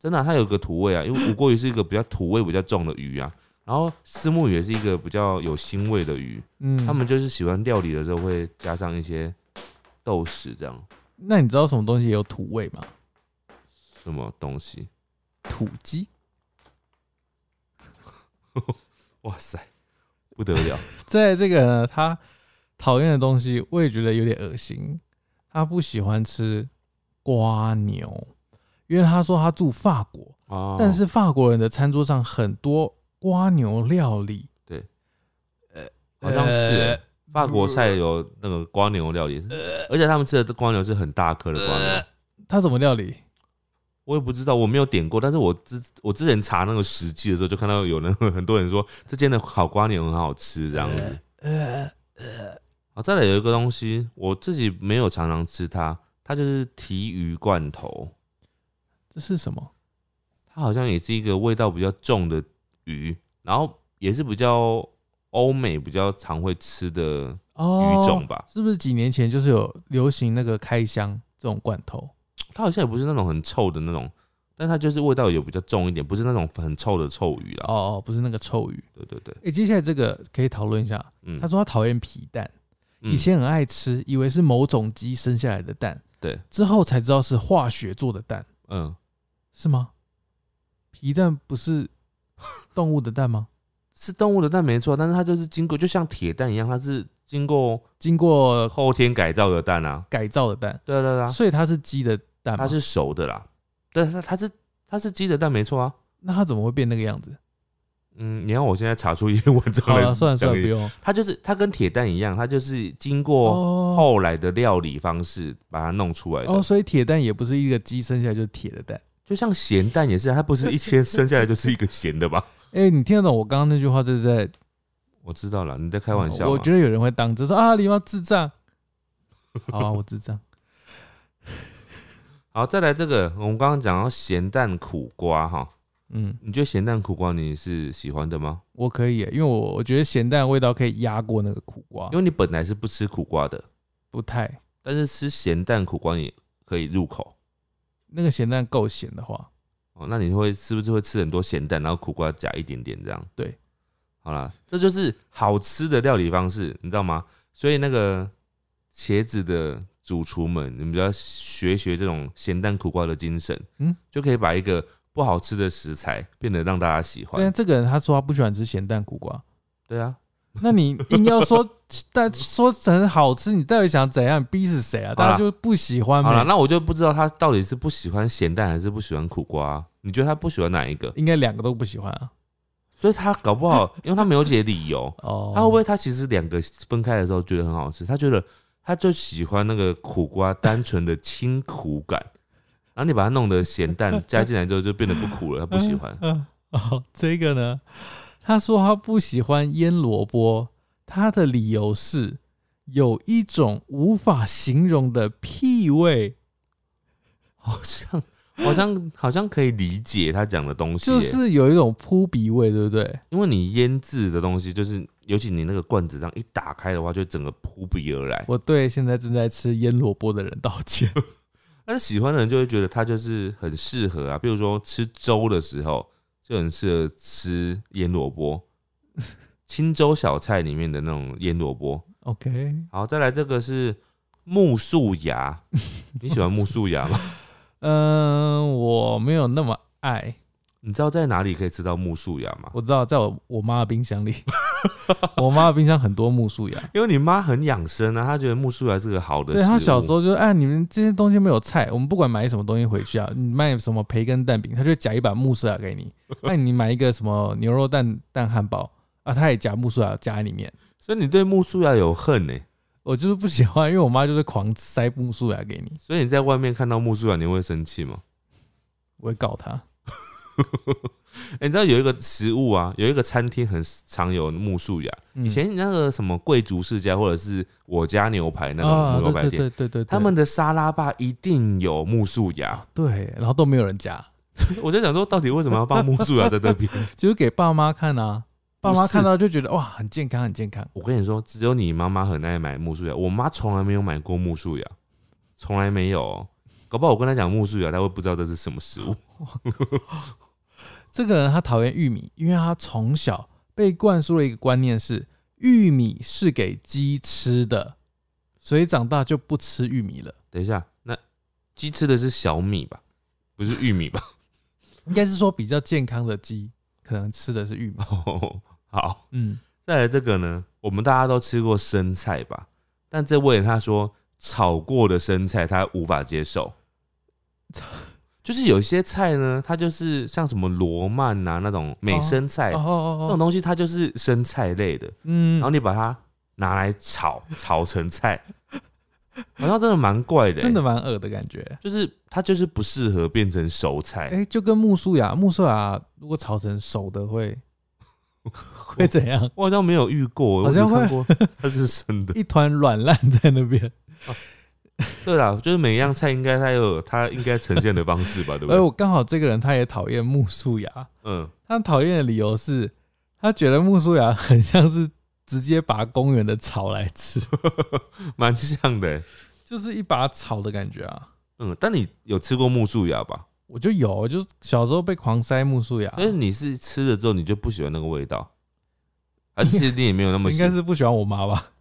S2: 真的啊、它有个土味啊，因为吴郭鱼是一个比较土味比较重的鱼啊，然后丝木鱼也是一个比较有腥味的鱼，
S1: 嗯，
S2: 他们就是喜欢料理的时候会加上一些豆豉这样，
S1: 那你知道什么东西有土味吗？
S2: 什么东西？
S1: 土鸡，
S2: 哇塞，不得了！
S1: 在这个呢，他讨厌的东西，我也觉得有点恶心。他不喜欢吃瓜牛，因为他说他住法国，
S2: 哦，
S1: 但是法国人的餐桌上很多瓜牛料理，
S2: 对，
S1: 呃
S2: 好像是欸
S1: 呃
S2: 法国菜有那个瓜牛料理，而且他们吃的瓜牛是很大颗的瓜
S1: 呃
S2: 牛。
S1: 他怎么料理？
S2: 我也不知道，我没有点过，但是我之我之前查那个实际的时候，就看到有人很多人说这间的烤瓜牛很好吃这样子。
S1: 呃
S2: 好，再来有一个东西，我自己没有常常吃它，它就是提鱼罐头，
S1: 这是什么？
S2: 它好像也是一个味道比较重的鱼，然后也是比较欧美比较常会吃的
S1: 哦，
S2: 鱼种吧。
S1: 是不是几年前就是有流行那个开箱这种罐头？
S2: 它好像也不是那种很臭的那种，但它就是味道有比较重一点，不是那种很臭的臭鱼啦。
S1: 哦哦，不是那个臭鱼。
S2: 对对对，
S1: 哎、接下来这个可以讨论一下。
S2: 嗯，
S1: 他说他讨厌皮蛋，
S2: 嗯
S1: 以前很爱吃，以为是某种鸡生下来的蛋，
S2: 嗯对，
S1: 之后才知道是化学做的蛋，
S2: 嗯，
S1: 是吗？皮蛋不是动物的蛋 吗？
S2: 是动物的蛋没错，但是它就是经过，就像铁蛋一样，它是经过
S1: 经过
S2: 后天改造的蛋啊。
S1: 改造的蛋，
S2: 对啊对啊对啊，
S1: 所以它是鸡的蛋吗？
S2: 它是熟的啦。对，它它是它是鸡的蛋没错啊。
S1: 那它怎么会变那个样子？
S2: 嗯，你看我现在查出一篇文章
S1: 好
S2: 来
S1: 了，算了
S2: 讲
S1: 算了，
S2: 一
S1: 不用。
S2: 它就是它跟铁蛋一样，它就是经过
S1: 哦
S2: 后来的料理方式把它弄出来的。
S1: 哦，所以铁蛋也不是一个鸡生下来就是铁的蛋。
S2: 就像咸蛋也是啊，它不是一天生下来就是一个 咸的吧？
S1: 哎、你听得懂我刚刚那句话这是在
S2: 我知道了，你在开玩笑
S1: 哦
S2: 嘛、
S1: 我觉得有人会当真说啊，你妈智障。好啊，我智障。
S2: 好，再来这个，我们刚刚讲到咸蛋苦瓜哈，
S1: 嗯，
S2: 你觉得咸蛋苦瓜你是喜欢的吗？
S1: 我可以耶，因为我我觉得咸蛋的味道可以压过那个苦瓜
S2: 因，为你本来是不吃苦瓜的，
S1: 不太
S2: 但是吃咸蛋苦瓜你可以入口
S1: 那个咸蛋够咸的话，
S2: 哦，那你会是不是会吃很多咸蛋，然后苦瓜加一点点这样？
S1: 对，
S2: 好啦，这就是好吃的料理方式，你知道吗？所以那个茄子的主厨们，你们就要学学这种咸蛋苦瓜的精神，
S1: 嗯，
S2: 就可以把一个不好吃的食材变得让大家喜
S1: 但
S2: 欢。
S1: 这个人他说他不喜欢吃咸蛋苦瓜，
S2: 对啊，
S1: 那你硬要说 但说成好吃，你到底想怎样？你逼死谁啊？
S2: 好啦
S1: 大家就不喜欢
S2: 好了，
S1: 嘛。
S2: 那我就不知道他到底是不喜欢咸蛋还是不喜欢苦瓜啊、你觉得他不喜欢哪一个？
S1: 应该两个都不喜欢啊。
S2: 所以他搞不好，因为他没有解理由，
S1: 哦，
S2: 他会不会他其实两个分开的时候觉得很好吃，他觉得他就喜欢那个苦瓜单纯的清苦 感，然后你把它弄得咸淡加进来之后就变得不苦了，他不 喜欢。
S1: 嗯，哦，这个呢，他说他不喜欢腌萝卜，他的理由是有一种无法形容的屁味，
S2: 好像好像好像可以理解他讲的东西耶、
S1: 就是有一种扑鼻味，对不对？
S2: 因为你腌制的东西，就是尤其你那个罐子这样一打开的话，就整个扑鼻而来。
S1: 我对现在正在吃腌萝卜的人道歉。
S2: 但是喜欢的人就会觉得它就是很适合啊，比如说吃粥的时候就很适合吃腌萝卜，清粥小菜里面的那种腌萝卜。
S1: OK，
S2: 好，再来这个是木素芽，你喜欢木素芽吗？
S1: 嗯、我没有那么爱，
S2: 你知道在哪里可以吃到木素芽吗？
S1: 我知道在我我妈的冰箱里，我妈的冰箱很多木薯芽。
S2: 因为你妈很养生啊，她觉得木素芽是个好的食
S1: 对
S2: 物。
S1: 她小时候就是，哎，你们这些东西没有菜，我们不管买什么东西回去啊， 你买什么培根蛋饼，她就夹一把木薯芽啊给 你；那你买一个什么牛肉蛋蛋汉堡啊，她也夹木薯芽夹在里面。
S2: 所以你对木素芽有恨呢、欸
S1: 我就是不喜欢，因为我妈就是狂塞木薯芽给你，
S2: 所以你在外面看到木素芽，你会生气吗？
S1: 我会告她。
S2: 哎、你知道有一个食物啊，有一个餐厅很常有木素芽，
S1: 嗯
S2: 以前那个什么贵族世家或者是我家牛排那
S1: 啊
S2: 种牛
S1: 对
S2: 排
S1: 对
S2: 店，
S1: 对对对，对
S2: 他们的沙拉吧一定有木素芽。
S1: 对，然后都没有人夹，
S2: 我在想说，到底为什么要放木素芽在那边？
S1: 就是给爸妈看啊，爸妈
S2: 不是
S1: 看到就觉得哇，很健康，很健康。
S2: 我跟你说，只有你妈妈很爱买木素芽，我妈从来没有买过木素芽，从来没有哦。搞不好我跟他讲木薯条，他会不知道这是什么食物。
S1: 这个人他讨厌玉米，因为他从小被灌输了一个观念是玉米是给鸡吃的，所以长大就不吃玉米了。
S2: 等一下，那鸡吃的是小米吧？不是玉米吧？
S1: 应该是说比较健康的鸡可能吃的是玉米。
S2: 哦，好，
S1: 嗯，
S2: 再来这个呢，我们大家都吃过生菜吧？但这位他说炒过的生菜他无法 接受
S1: 炒，
S2: 就是有一些菜呢，它就是像什么罗曼啊那种美生菜，
S1: 哦
S2: 这
S1: 哦
S2: 种
S1: 哦，
S2: 东西它就是生菜类的，
S1: 嗯
S2: 然后你把它拿来炒，炒成菜，好像真的蛮怪的欸、
S1: 真的蛮恶的感觉。
S2: 就是它就是不适合变成熟菜。
S1: 哎、就跟木薯芽，木薯芽如果炒成熟的 会会怎样？
S2: 我好像没有遇过，我
S1: 好
S2: 只
S1: 像
S2: 看过它是生的。
S1: 一团软烂在那边。
S2: 对啦，就是每一样菜应该它有它应该呈现的方式 吧，对不
S1: 而
S2: 对？
S1: 哎我刚好这个人他也讨厌木薯芽，
S2: 嗯，
S1: 他讨厌的理由是他觉得木薯芽很像是直接拔公园的草来吃，
S2: 蛮像的欸。
S1: 就是一把草的感觉啊。
S2: 嗯，但你有吃过木薯芽吧？
S1: 我就有，我就小时候被狂塞木薯芽，
S2: 所以你是吃了之后你就不喜欢那个味道，而且其实你也没有那么
S1: 应
S2: 喜
S1: 该是不喜欢我妈吧，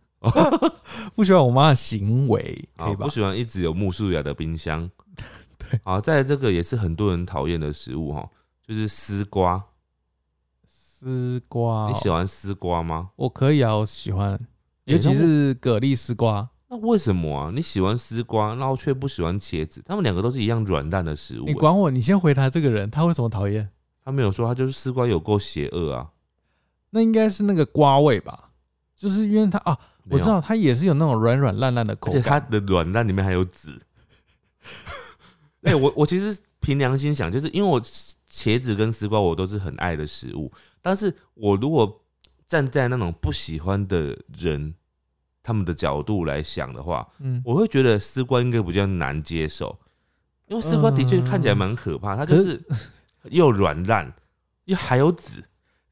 S1: 不喜欢我妈的行为，可
S2: 啊，
S1: 以吧
S2: 不？喜欢一直有木薯芽的冰箱。
S1: 对，
S2: 啊，再来这个也是很多人讨厌的食物哈，就是丝瓜。
S1: 丝瓜哦、
S2: 你喜欢丝瓜吗？
S1: 我可以啊，我喜欢，
S2: 欸
S1: 尤其
S2: 那
S1: 是蛤蜊丝瓜。
S2: 那为什么啊？你喜欢丝瓜，然后却不喜欢茄子？他们两个都是一样软烂的食物
S1: 你
S2: 欸。
S1: 管我，你先回答这个人，他为什么讨厌？
S2: 他没有说，他就是丝瓜有够邪恶啊！
S1: 那应该是那个瓜味吧，就是因为他啊，
S2: 没
S1: 我
S2: 有
S1: 知道他也是有那种软软烂烂的
S2: 而
S1: 口
S2: 且它
S1: 感，
S2: 的软蛋里面还有籽。 哎、我我其实凭良心想，就是因为我茄子跟丝瓜我都是很爱的食物，但是我如果站在那种不喜欢的人他们的角度来想的话，
S1: 嗯，
S2: 我会觉得丝瓜应该比较难接受，因为丝瓜的确看起来蛮可怕，它就
S1: 嗯可
S2: 是又软烂又还有籽，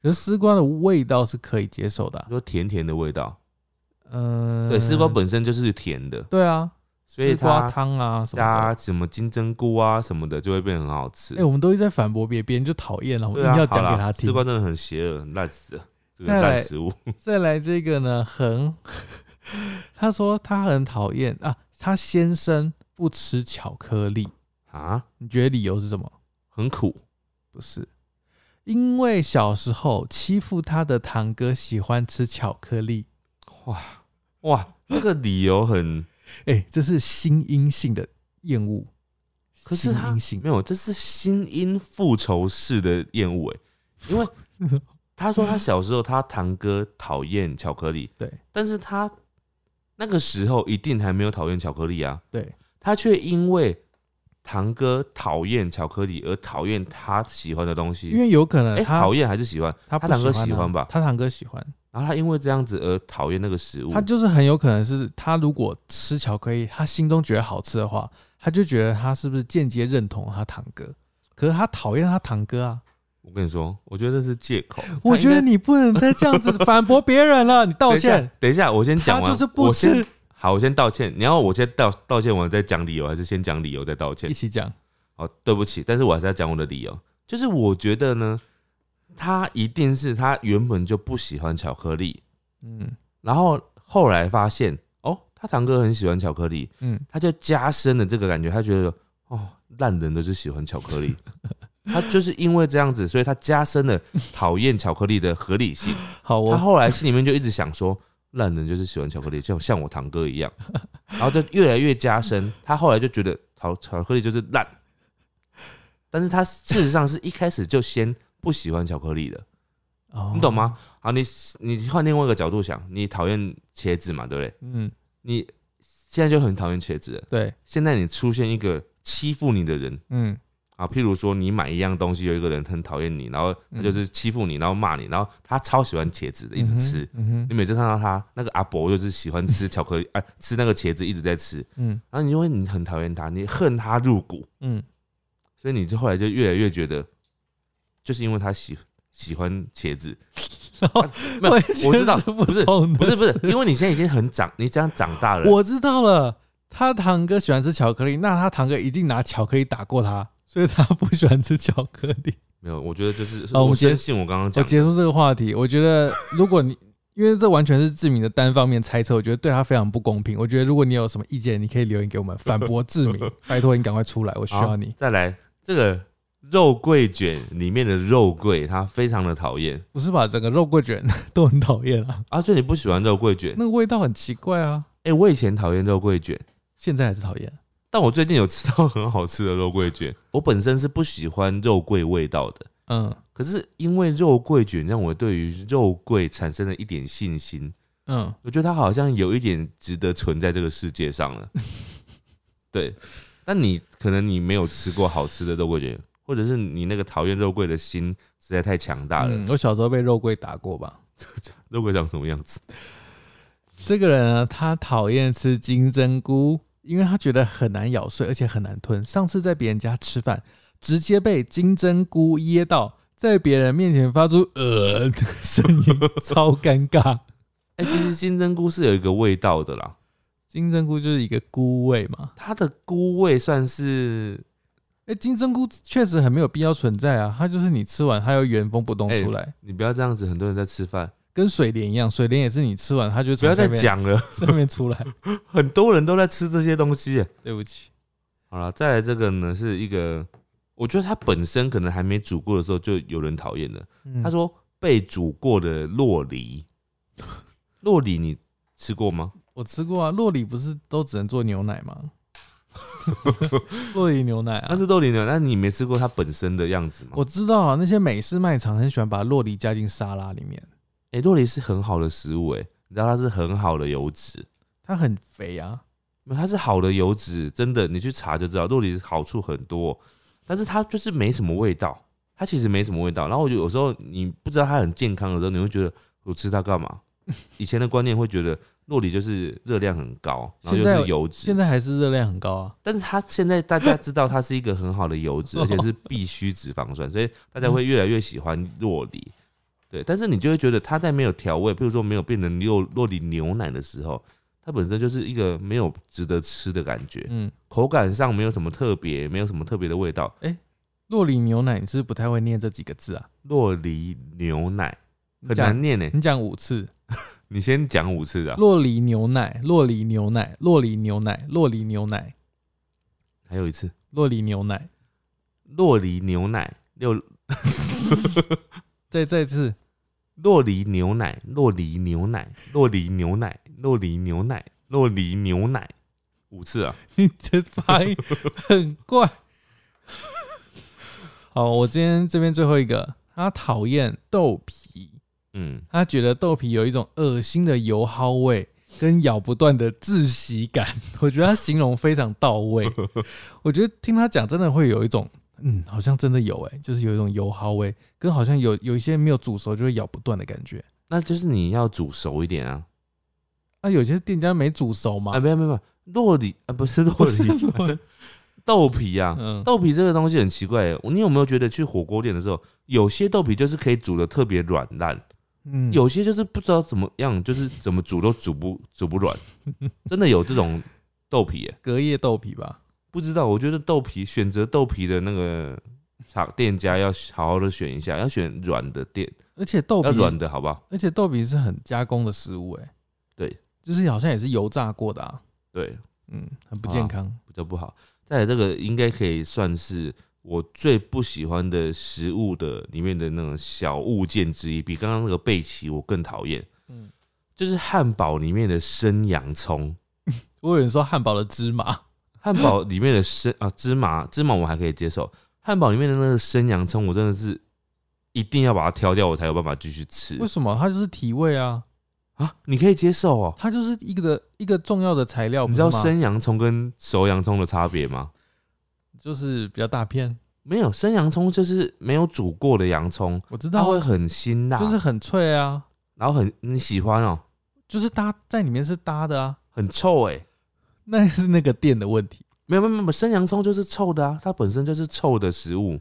S1: 可是丝瓜的味道是可以接受的啊、
S2: 说甜甜的味道。
S1: 嗯，
S2: 对，丝瓜本身就是甜的，
S1: 对啊，
S2: 所以
S1: 丝瓜
S2: 它
S1: 汤啊什么
S2: 加
S1: 的。
S2: 什么金针菇啊什么的，就会变得很好吃。
S1: 哎、我们都一直在反驳别人，别人就讨厌了，我们
S2: 对
S1: 硬
S2: 啊，
S1: 要
S2: 好
S1: 讲
S2: 啦
S1: 给他听
S2: 丝。瓜真的很邪恶，烂死了，这个
S1: 再来
S2: 烂食物。
S1: 再来这个呢，很， 他说他很讨厌啊，他先生不吃巧克力，
S2: 啊，
S1: 你觉得理由是什么？
S2: 很苦
S1: 不是，因为小时候欺负他的堂哥喜欢吃巧克力，
S2: 哇！这个理由很，
S1: 哎、这是心因性的厌恶。
S2: 可是
S1: 心
S2: 他
S1: 因性
S2: 没有，这是心因复仇式的厌恶哎，因为他说他小时候他堂哥讨厌巧克力，
S1: 对，
S2: 但是他那个时候一定还没有讨厌巧克力啊，
S1: 对，
S2: 他却因为堂哥讨厌巧克力而讨厌他喜欢的东西，
S1: 因为有可能
S2: 哎
S1: 他、
S2: 讨厌还是喜欢，
S1: 他不
S2: 堂哥
S1: 喜欢
S2: 喜
S1: 啊
S2: 欢吧
S1: 他堂哥喜欢，
S2: 然后他因为这样子而讨厌那个食物，
S1: 他就是很有可能是他如果吃巧克力，他心中觉得好吃的话，他就觉得他是不是间接认同他堂哥？可是他讨厌他堂哥啊！
S2: 我跟你说，我觉得这是借口。
S1: 我觉得
S2: 你
S1: 你不能再这样 子反驳别人了，你道歉。。
S2: 等一下，我先
S1: 他
S2: 讲完。
S1: 就是不
S2: 我先
S1: 吃，
S2: 好，我先道歉。你要我先道道歉完再讲理由，还是先讲理由再道歉
S1: 一？起讲。
S2: 好，对不起，但是我还是要讲我的理由。就是我觉得呢，他一定是他原本就不喜欢巧克力，
S1: 嗯
S2: 然后后来发现哦，他堂哥很喜欢巧克力，
S1: 嗯，
S2: 他就加深了这个感觉，他觉得哦，烂人都是喜欢巧克力。 他就是因为这样子，所以他加深了讨厌巧克力的合理性。
S1: 好，
S2: 他
S1: 我
S2: 后来心里面就一直想说，烂人就是喜欢巧克力，就像我堂哥一样，然后就越来越加深。他后来就觉得巧巧克力就是烂，但是他事实上是一开始就先不喜欢巧克力的，
S1: 哦
S2: 你懂吗？？好，你你换另外一个角度想，你讨厌茄子嘛，对不对？
S1: 嗯，
S2: 你现在就很讨厌茄子了，
S1: 对，
S2: 现在你出现一个欺负你的人。
S1: 嗯
S2: 啊，譬如说你买一样东西，有一个人很讨厌你，然后他就是欺负你，然后骂你，然后他超喜欢茄子的，一直吃，
S1: 嗯哼，
S2: 你每次看到他那个阿伯，就是喜欢吃巧克力， 哎、吃那个茄子一直在吃，
S1: 嗯
S2: 然后你因为你很讨厌他，你恨他入骨，
S1: 嗯嗯，
S2: 所以你就后来就越来越觉得，就是因为他喜喜欢茄子，
S1: 然后
S2: 啊没 有，
S1: 完全
S2: 我知道
S1: 是不
S2: 不是
S1: 同的
S2: 不是不是
S1: 事，
S2: 因为你现在已经很长，你这样长大了，
S1: 我知道了，他堂哥喜欢吃巧克力，那他堂哥一定拿巧克力打过他， 所以他不喜欢吃巧克力。
S2: 没有，我觉得就是
S1: 好我
S2: 呃我
S1: 们
S2: 深
S1: 先
S2: 信我刚 刚
S1: 我
S2: 讲的，
S1: 结束这个话题，我觉得如果你因为这完全是志明的单方面猜测，我觉得对他非常不公平。我觉得如果你有什么意见，你可以留言给我们反驳志 明，拜托你赶快出来，我需要你。
S2: 再来这个肉桂卷里面的肉桂，他非常的讨厌
S1: 不是吧？整个肉桂卷 都很讨厌啊，
S2: 啊，所以你不喜欢肉桂卷？
S1: 那个味道很奇怪啊，
S2: 哎、我以前讨厌肉桂卷，
S1: 现在还是讨厌。
S2: 但我最近有吃到很好吃的肉桂卷。我本身是不喜欢肉桂味道的，
S1: 嗯
S2: 可是因为肉桂卷让我对于肉桂产生了一点信心，
S1: 嗯，
S2: 我觉得它好像有一点值得存在这个世界上了。对，但你可能你没有吃过好吃的肉桂卷，或者是你那个讨厌肉桂的心实在太强大了。
S1: 嗯我小时候被肉桂打过吧。
S2: 肉桂长什么样子？
S1: 这个人呢，他讨厌吃金针菇，因为他觉得很难咬碎，而且很难吞。上次在别人家吃饭，直接被金针菇噎到，在别人面前发出呃的声音，超尴尬。
S2: 哎、其实金针菇是有一个味道的啦，
S1: 金针菇就是一个菇味嘛，
S2: 它的菇味算是
S1: 哎、金针菇确实很没有必要存在啊，它就是你吃完，它又原封不动出来，
S2: 你不要这样子，很多人在吃饭，
S1: 跟水莲一样，水莲也是你吃完，它就
S2: 不要
S1: 从
S2: 再
S1: 下面
S2: 讲了，
S1: 上面出来。
S2: 很多人都在吃这些东西耶。
S1: 对不起，
S2: 好了，再来这个呢，是一个，我觉得它本身可能还没煮过的时候就有人讨厌了。
S1: 嗯
S2: 他说被煮过的洛梨，洛梨你吃过吗？
S1: 我吃过啊，洛里不是都只能做牛奶 吗？洛里牛奶啊，
S2: 那是洛梨呢，但你没吃过它本身的样子吗？
S1: 我知道啊，那些美式卖场很喜欢把洛梨加进沙拉里面，
S2: 哎、洛梨是很好的食物、欸，哎，你知道它是很好的油脂，
S1: 它很肥啊。
S2: 没有它是好的油脂，真的，你去查就知道，洛梨好处很多，但是它就是没什么味道，它其实没什么味道。然后我就有时候你不知道它很健康的时候，你会觉得我吃它 干嘛？以前的观念会觉得洛梨就是热量很高，然后
S1: 现
S2: 又
S1: 在
S2: 是油脂，
S1: 现在还是热量很高啊，
S2: 但是它现在大家知道它是一个很好的 油脂，而且是必需脂肪酸，所以
S1: 嗯
S2: 大家会越来越喜欢洛梨。对，但是你就会觉得它在没有调味，譬如说没有变成洛洛梨牛奶的时候，它本身就是一个没有值得吃的感觉，
S1: 嗯，
S2: 口感上没有什么特别，没有什么特别的味道。
S1: 洛梨牛奶你是不是不太会念这几个字啊？
S2: 洛梨牛奶
S1: 你
S2: 很
S1: 讲
S2: 难念呢，
S1: 你讲五次，
S2: 你先讲五次啊，
S1: 洛梨牛奶，洛梨牛奶，洛梨牛奶，洛梨牛奶，
S2: 还有一次
S1: 洛梨牛奶，
S2: 洛梨牛奶六
S1: 再再一次，
S2: 洛梨牛奶，洛梨牛奶，洛梨牛奶，洛梨牛奶，洛梨牛奶，五次啊！
S1: 你这发音很怪。 好，我今天这边最后一个，他讨厌豆皮。
S2: 嗯，
S1: 他觉得豆皮有一种恶心的油蒿味，跟咬不断的窒息感。 我觉得他形容非常到 位。我觉得听他讲，真的会有一种，嗯，好像真的有哎、就是有一种油蒿味，跟好像有有一些没有煮熟就会咬不断的感觉。
S2: 那就是你要煮熟一点啊！
S1: 啊，有些店家没煮熟嘛
S2: 啊，，没有没有没有，洛梨啊，不是洛
S1: 不 是
S2: 梨，
S1: 吗
S2: 豆皮啊，
S1: 嗯，
S2: 豆皮这个东西很奇怪耶，你有没有觉得去火锅店的时候，有些豆皮就是可以煮的特别软烂，
S1: 嗯，
S2: 有些就是不知道怎么样，就是怎么煮都煮不煮不 软，真的有这种豆皮耶、
S1: 隔夜豆皮吧？
S2: 不知道，我觉得豆皮选择豆皮的那个厂店家要好好的选一下，要选软的店，
S1: 而且豆皮
S2: 要，软的好不好？
S1: 而且豆皮是很加工的食物哎、
S2: 对，
S1: 就是好像也是油炸过的啊，
S2: 对，
S1: 嗯，很不健
S2: 啊
S1: 康。
S2: 比较不好。再来这个应该可以算是我最不喜欢的食物的里面的那种小物件之一，比刚刚那个贝奇我更讨厌。
S1: 嗯
S2: 就是汉堡里面的生洋葱，
S1: 我有人说汉堡的芝麻。
S2: 汉堡里面的生啊芝麻芝麻我还可以接受，汉堡里面的那个生洋葱我真的是一定要把它挑掉，我才有办法继续吃
S1: 为什么？它就是提味啊，
S2: 啊！你可以接受哦、
S1: 它就是一个的一个重要的材料，
S2: 你知道
S1: 不是吗
S2: 生洋葱跟熟洋葱的差别吗？
S1: 就是比较大片，
S2: 没有，生洋葱就是没有煮过的洋葱，
S1: 我知
S2: 它
S1: 道
S2: 会
S1: 啊，
S2: 很辛辣，
S1: 就是很脆啊，
S2: 然后很你喜欢哦、
S1: 就是搭在里面是搭的啊，
S2: 很臭哎、
S1: 那是那个店的问题。
S2: 没有没有没有，生洋葱就是臭的啊，它本身就是臭的食物，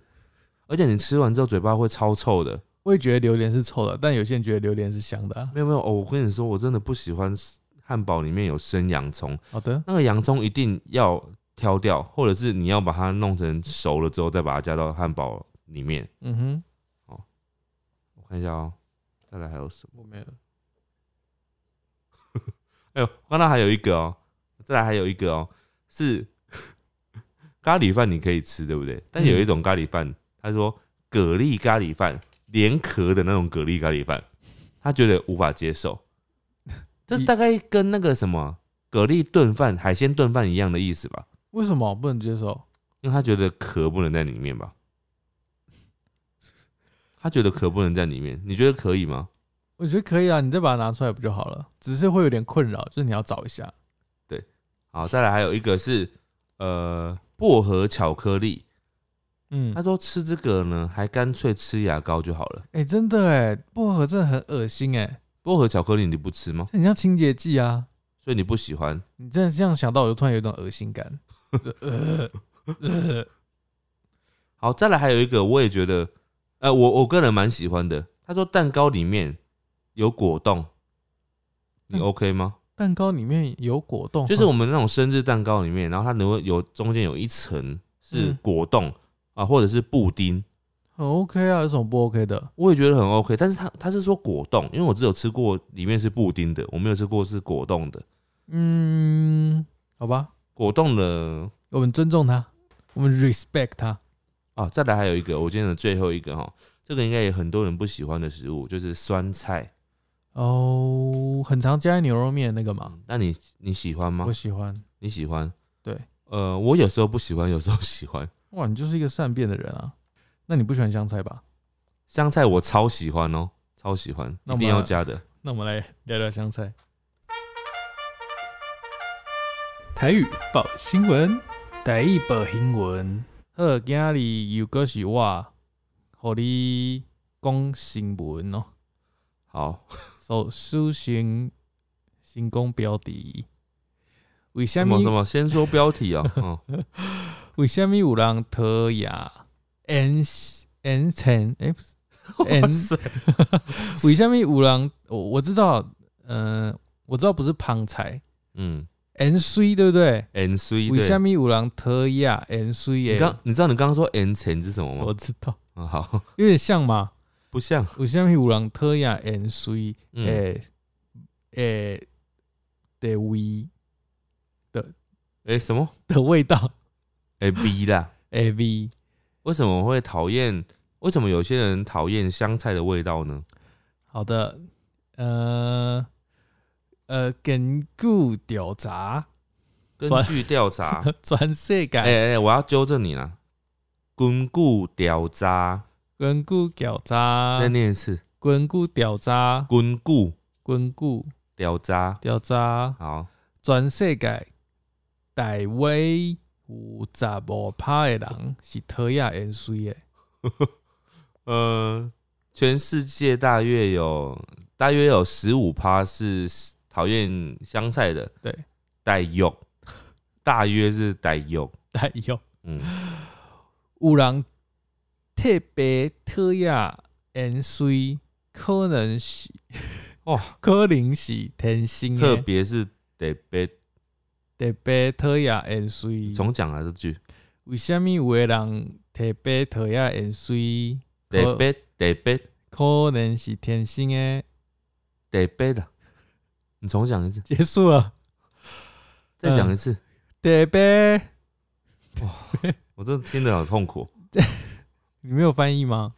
S2: 而且你吃完之后嘴巴会超臭的。
S1: 我也觉得榴莲是臭的，但有些人觉得榴莲是香的啊。
S2: 没有没有哦，我跟你说，我真的不喜欢汉堡里面有生洋葱，
S1: 好的，
S2: 那个洋葱一定要挑掉，或者是你要把它弄成熟了之后再把它加到汉堡里面。
S1: 嗯哼，
S2: 我看一下哦、再来还有什么？
S1: 我没有，
S2: 哎呦，刚刚还有一个哦、再来还有一个哦、是 咖喱饭，你可以吃，对不对？但有一种咖喱饭，他说蛤蜊咖喱饭，连壳的那种蛤蜊咖喱饭，他觉得无法接受。这
S1: 你
S2: 大概跟那个什么蛤蜊炖饭、海鲜炖饭一样的意思吧？
S1: 为什么不能接受？
S2: 因为他觉得壳不能在里面吧？他觉得壳不能在里面，你觉得可以吗？
S1: 我觉得可以啊，你再把它拿出来不就好了？只是会有点困扰，就是你要找一下。
S2: 好，再来还有一个是呃薄荷巧克力，
S1: 嗯，
S2: 他说吃这个呢，还干脆吃牙膏就好了。
S1: 哎、真的哎，薄荷真的很恶心哎，
S2: 薄荷巧克力你不吃吗？
S1: 这很像清洁剂啊。
S2: 所以你不喜欢？
S1: 你真的这样想到，我就突然有一种恶心感。就呃呃
S2: 好，再来还有一个，我也觉得，呃，我我个人蛮喜欢的。他说蛋糕里面有果冻，你
S1: 嗯
S2: OK 吗？
S1: 蛋糕里面有果冻，
S2: 就是我们那种生日蛋糕里面，然后它能够有中间有一层是
S1: 嗯
S2: 果冻、啊，或者是布丁，
S1: 很 OK 啊，有什么不 OK 的？
S2: 我也觉得很 OK。但是它它是说果冻，因为我只有吃过里面是布丁的，我没有吃过是果冻的。
S1: 嗯，好吧，
S2: 果冻的
S1: 我们尊重他，我们 respect 他。
S2: 啊，再来还有一个，我今天的最后一个哈，这个应该也很多人不喜欢的食物，就是酸菜。
S1: 哦，很常加在牛肉面那个嘛，
S2: 啊那你你喜欢吗
S1: 我？喜欢。
S2: 你喜欢？
S1: 对，
S2: 呃，我有时候不喜欢，有时候喜欢。
S1: 哇，你就是一个善变的人啊。那你不喜欢香菜吧？
S2: 香菜我超喜欢哦，超喜欢，
S1: 那
S2: 一
S1: 我
S2: 定
S1: 们
S2: 要加的。
S1: 那我们来聊聊香菜。台语报新闻，台语报新闻。好，今日又个是我，和你讲新闻哦。
S2: 好，
S1: 首首先，先讲标题。为什
S2: 什么
S1: 么
S2: 什么？先说标题 啊、哦，
S1: 为什么有人讨厌 N N 层？哎，不 是 N
S2: 哇塞
S1: 为什么有人？我我知道，嗯、我知道不是胖菜
S2: 嗯
S1: ，N C 对不对？
S2: ，N C
S1: 为什
S2: 对。
S1: 么有人讨厌 N C
S2: 你
S1: 耶？
S2: 刚你知道你刚刚说 N 层是什么
S1: 我
S2: 吗？
S1: 知道，
S2: 嗯，好，
S1: 有点像嘛。
S2: 不像。
S1: 为什么有人讨厌 N C？
S2: 嗯，
S1: 诶诶的味
S2: 诶什么？
S1: 的味道
S2: 诶 B 啦。
S1: 诶 V，
S2: 为什么会讨厌？为什么有些人讨厌香菜的味道 呢？
S1: 好的，呃呃，根据调查，
S2: 根
S1: 酸
S2: 据调查，
S1: 全世界。
S2: 哎哎、我要纠正你啦。根据调查，
S1: 根据调查
S2: 再，念一次。
S1: 根据调查，
S2: 根据
S1: 根据
S2: 调查，
S1: 调查，
S2: 好，
S1: 全世界大约有十五趴的人是讨厌盐水的。
S2: 呃，全世界大约有大约有十五趴是讨厌香菜的，
S1: 对，
S2: 带用，大约是带用，
S1: 但有
S2: 嗯，
S1: 有人特别讨厌盐水，可能是
S2: 哦，
S1: 可能是天生
S2: 特
S1: 的，
S2: 别是得别
S1: 特别讨厌盐水。
S2: 重讲啊这句，
S1: 为什么有的人特别讨厌盐水？
S2: 得
S1: 可
S2: 别得别
S1: 可能是天生的。
S2: 得别的，你重讲一次，
S1: 结束了。
S2: 再讲一次，
S1: 得呗，
S2: 我真的听得好痛苦。
S1: 你没有翻译吗？，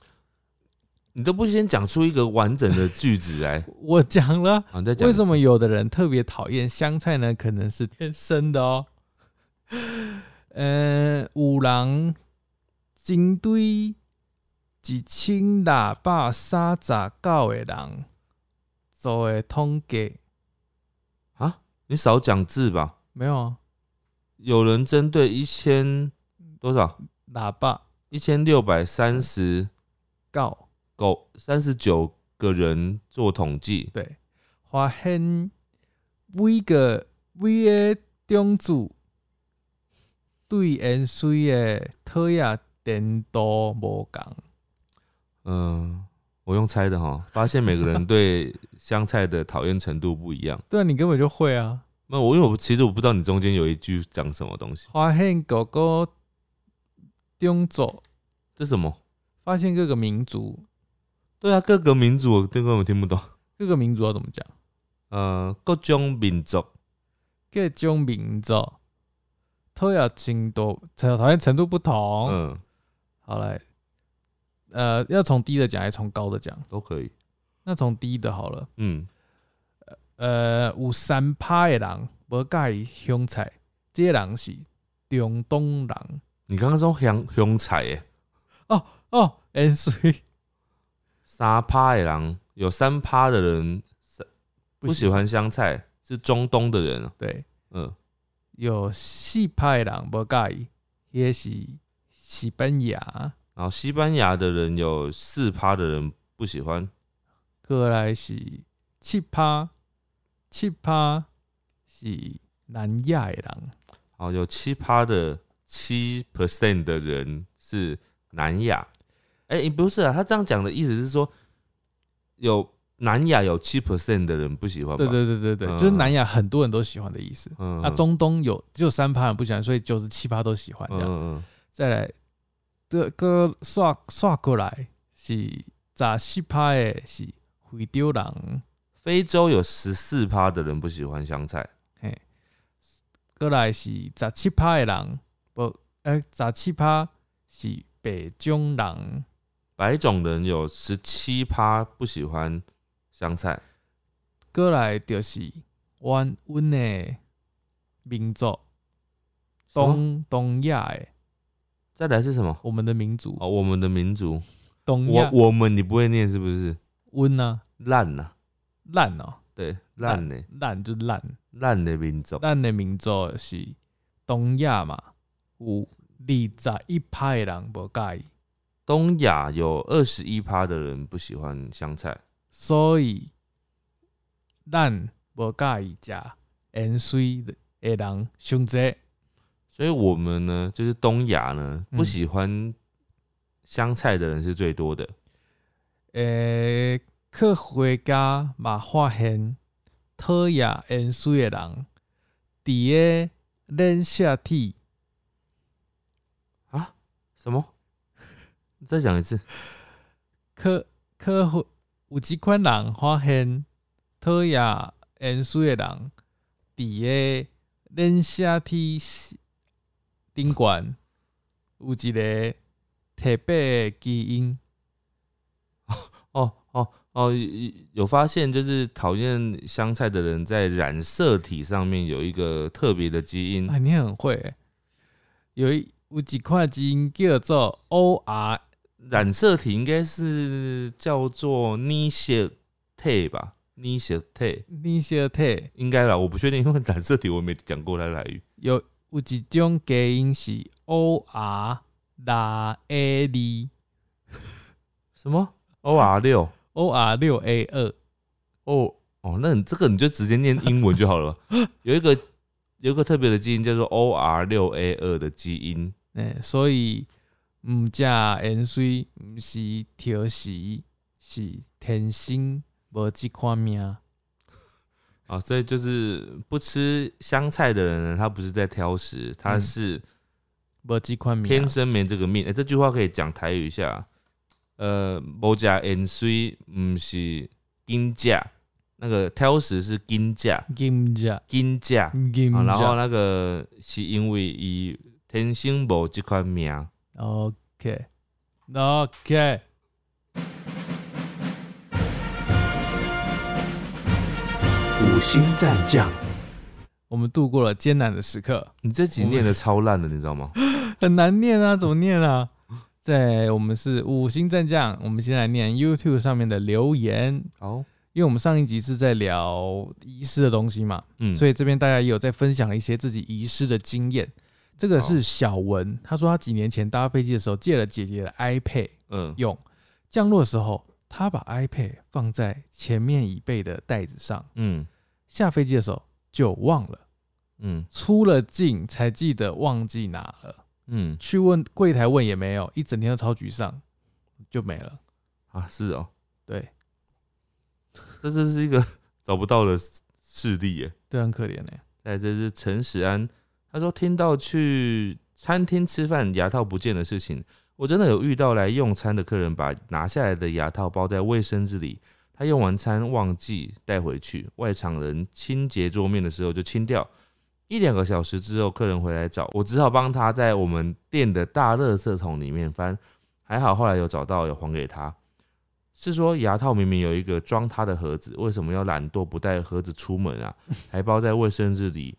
S2: 你都不先讲出一个完整的句子来
S1: 我讲了，
S2: 好，你再讲一
S1: 为
S2: 次
S1: 什么有的人特别讨厌香菜呢？可能是天生的哦。 呃，有人针对一千六百三十九个人做的统计，
S2: 你少讲字吧？
S1: 没有啊，
S2: 有人针对一千多少？
S1: 喇叭
S2: 一千六百三十
S1: 告
S2: 狗三十九个人做统计，
S1: 对，发现每个每个种子对盐水的讨厌程度无同。
S2: 嗯、我用猜的哈，发现每个人对香菜的讨厌程度不一样。
S1: 对啊，你根本就会啊。
S2: 那我因为我其实我不知道你中间有一句讲什么东西，
S1: 发现狗狗丢走，
S2: 这什么？
S1: 发现各个民族，
S2: 对啊，各个民族我根本听不懂。
S1: 各个民族要怎么讲？
S2: 呃，各种民族，
S1: 各种民族都要经多，讨讨厌程度不同。
S2: 嗯，
S1: 好来，呃，要从低的讲还是从高的讲？
S2: 都可以。
S1: 那从低的好了。
S2: 嗯，
S1: 呃，有三趴的人无介意香菜，这个人是中东人
S2: 你刚刚说香香菜耶，
S1: 哦，很水
S2: 三趴的人有三趴的人不喜欢香菜，是中东的人啊。
S1: 对，
S2: 嗯，
S1: 有四趴的人无介意，也是西班牙，
S2: 然后西班牙的人有四趴的人不喜欢，
S1: 过来是七趴，七趴是南亚的人，
S2: 哦，有七趴的七 percent 的人是南亚。哎、不是啊，他这样讲的意思是说，有南亚有七 percent 的人不喜欢吧？
S1: 对对对对对，
S2: 嗯
S1: 就是南亚很多人都喜欢的意思。
S2: 嗯，嗯，
S1: 那、中东有只有三趴人不喜欢，所以九十七趴都喜欢这
S2: 嗯
S1: 样。
S2: 嗯嗯，
S1: 再来，这个刷刷过来是杂西派的是非洲人，
S2: 非洲有十四趴的人不喜欢香菜，
S1: 过来是杂七派的人，不，呃，杂七派是北种人，
S2: 白种人有十七趴不喜欢香菜，
S1: 过来就是阮阮的民族，
S2: 什么
S1: 东东亚的
S2: 再来是什么？
S1: 我们的民族，
S2: 哦，我们的民族，
S1: 东
S2: 我
S1: 亚
S2: 我们你不会念是不是？
S1: 阮啊，
S2: 烂呐、
S1: 烂哦，
S2: 对，烂呢、
S1: 烂就烂，
S2: 烂的民族，
S1: 咱的民族是东亚嘛，有二十一派的人无介意。
S2: 东亚有二十一趴的人不喜欢香菜，
S1: 所以咱无介意食盐水的人上济，
S2: 所以我们呢，就是东亚呢，
S1: 嗯
S2: 不喜欢香菜的人是最多的。
S1: 诶、去回家嘛发现讨厌盐水的人，伫个咱下体
S2: 什么？再讲一次，
S1: 去去有有即款人发现讨厌盐水的人，伫个咱下体顶悬有一个特别的基因。
S2: 哦哦哦，有发现就是讨厌香菜的人在染色体上面有一个特别的基因
S1: 啊，你很会欸。有一有一款基因叫做 OR，
S2: 染色体应该是叫做 n i s 吧 n i s
S1: 你小体
S2: 应该啦，我不确定，因为染色体我没讲过它的来源。
S1: 有有一种基因是 OR 拉 A E，二
S2: 什么 O R 六
S1: OR 六 A 二，
S2: 哦哦，那你这个你就直接念英文就好 了。有一个有一个特别的基因叫做 O R 六 A 二的基因，
S1: 嗯，所以毋食盐水毋是挑食，是天生无即款命。
S2: 啊，所以就是不吃香菜的人呢，他不是在挑食，他
S1: 嗯
S2: 是
S1: 无即款命，
S2: 天生没这个命。哎、这句话可以讲台语一下。呃，某家 N C 不是金价，那个挑食是金价，
S1: 金食
S2: 金价。
S1: 金
S2: 啊，然后
S1: 食
S2: 那个是因为伊天生无这款命。
S1: ，OK OK，
S3: 五星战将，
S1: 我们度过了艰难的时刻。
S2: 你这
S1: 哦
S2: 几念的超烂的，你知道吗？
S1: 很难念啊，怎么念啊？在我们是五星战将，我们先来念 YouTube 上面的留言，
S2: 好，
S1: 因为我们上一集是在聊仪式的东西嘛，
S2: 嗯，
S1: 所
S2: 以
S1: 以这边大家也有在分享一些自己遗失的经验。这个是小文，他说他几年前搭飞机的时候借了姐姐的 iPad
S2: 嗯，
S1: 用，降落的时候他把 iPad 放在前面椅背的袋子上，
S2: 嗯
S1: 下飞机的时候就忘了，
S2: 嗯
S1: 出了境才记得忘记拿了。
S2: 嗯，
S1: 去问柜台问也没有，一整天都超沮丧，就没了。
S2: 啊，是哦，
S1: 对，
S2: 这这是一个 找不到的事例耶。
S1: 这很可怜欸呢、
S2: 再来这是陈史安，他说听到去餐厅吃饭牙套不见的事情，我真的有遇到来用餐的客人把拿下来的牙套包在卫生纸里，他用完餐忘记带回去，外场人清洁桌面的时候就清掉。一两个小时之后，客人回来找我，只好帮他在我们店的大垃圾桶里面翻，还好后来有找到，有还给他。是说牙套明明有一个装他的盒子，为什么要懒惰不带盒子出门啊？还包在卫生纸里。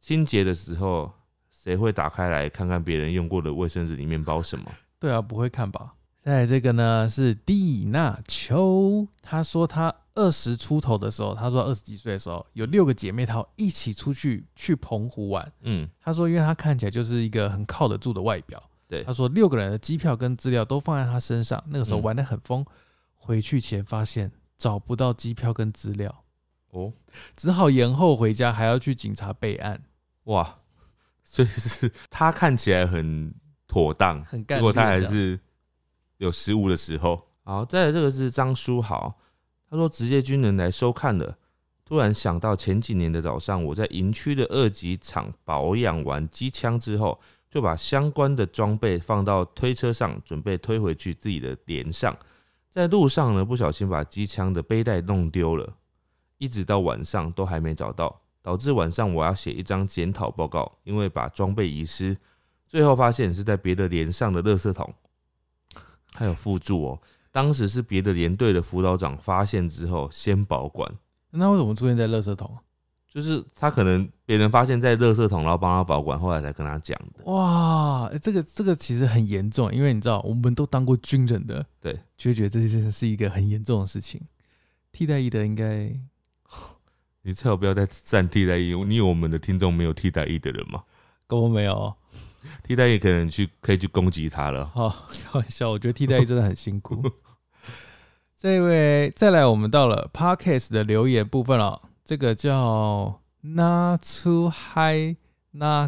S2: 清洁的时候，谁会打开来看看别人用过的卫生纸里面包什么？
S1: 对啊，不会看吧？再来这个呢是蒂娜秋，她说她二十出头的时候，她说二十几岁的时候，有六个姐妹淘一起出去去澎湖玩。
S2: 嗯，
S1: 她说，因为她看起来就是一个很靠得住的外表。
S2: 对
S1: 她说六个人的机票跟资料都放在她身上，那个时候
S2: 嗯
S1: 玩得很疯。回去前发现找不到机票跟资料，
S2: 哦，
S1: 只好延后回家，还要去警察备案，
S2: 哇，所以是他看起来很妥当，
S1: 很干
S2: 如
S1: 练这样。
S2: 果他还是有失误的时候。好，再来这个是张书豪，他说职业军人来收看了，突然想到前几年的早上，我在营区的二级厂保养完机枪之后，就把相关的装备放到推车上，准备推回去自己的连上。在路上呢，不小心把机枪的背带弄丢了，一直到晚上都还没找到，导致晚上我要写一张检讨报告，因为把装备遗失，最后发现是在别的连上的垃圾桶， 还有附注哦。当时是别的连队的辅导长发现之后先保管，
S1: 那为什么出现在垃圾桶？
S2: 就是他可能别人发现在垃圾桶，然后帮他保管，后来才跟他讲的。
S1: 哇，欸这个这个其实很严重，因为你知道，我们都当过军人的，
S2: 对，
S1: 就会觉得这件事是一个很严重的事情。替代役的应该
S2: 你最好不要再站替代役，你以为我们的听众没有替代役的人吗？
S1: 跟我没有哦，
S2: 替代役可能去可以去攻击他了。
S1: 好、 开玩笑，我觉得替代役真的很辛苦。这位再来，我们到了 podcast 的留言部分了、这个叫 Natsu Hi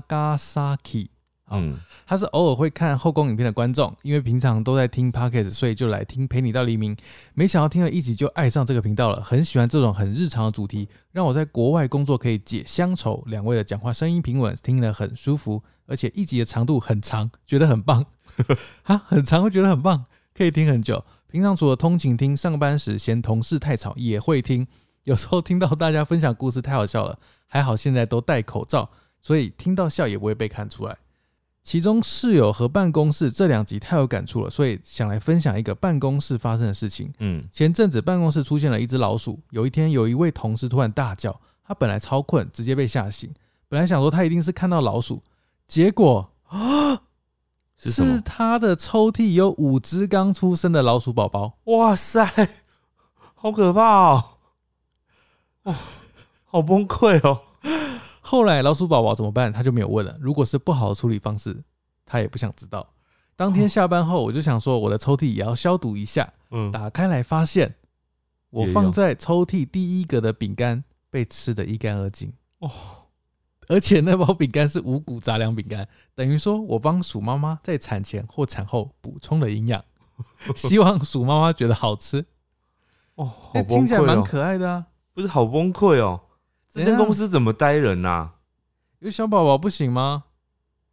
S1: Nagasaki，好
S2: 嗯，
S1: 他是偶尔会看后宫影片的观众，因为平常都在听 podcast，所以就来听《陪你到黎明》。没想到听了一集就爱上这个频道了，很喜欢这种很日常的主题，让我在国外工作可以解乡愁。两位的讲话声音平稳，听得很舒服，而且一集的长度很长，觉得很棒。 哈，很长会觉得很棒，可以听很久。平常除了通勤听，上班时嫌同事太吵也会听。有时候听到大家分享故事太好笑了，还好现在都戴口罩，所以听到笑也不会被看出来。其中室友和办公室这两集太有感触了，所以想来分享一个办公室发生的事情。
S2: 嗯
S1: 前阵子办公室出现了一只老鼠，有一天有一位同事突然大叫，他本来超困，直接被吓醒。本来想说他一定是看到老鼠，结果
S2: 是什么？
S1: 他的抽屉有五只刚出生的老鼠宝宝。
S2: 哇塞，好可怕哦！ 哇，好崩溃哦！
S1: 后来老鼠宝宝怎么办？他就没有问了。如果是不好的处理方式，他也不想知道。当天下班后，我就想说我的抽屉也要消毒一下，
S2: 嗯，
S1: 打开来发现，我放在抽屉第一格的饼干被吃得一干二净
S2: 哦，
S1: 而且那包饼干是五谷杂粮饼干，等于说我帮鼠妈妈在产前或产后补充了营 养，希望鼠妈妈觉得好吃。
S2: 哦，
S1: 哎、
S2: 好崩溃哦！
S1: 听起来蛮可爱的啊。
S2: 不是好崩溃哦！这间
S1: 怎样
S2: 公司怎么待人呐、啊
S1: 有小宝宝不行吗？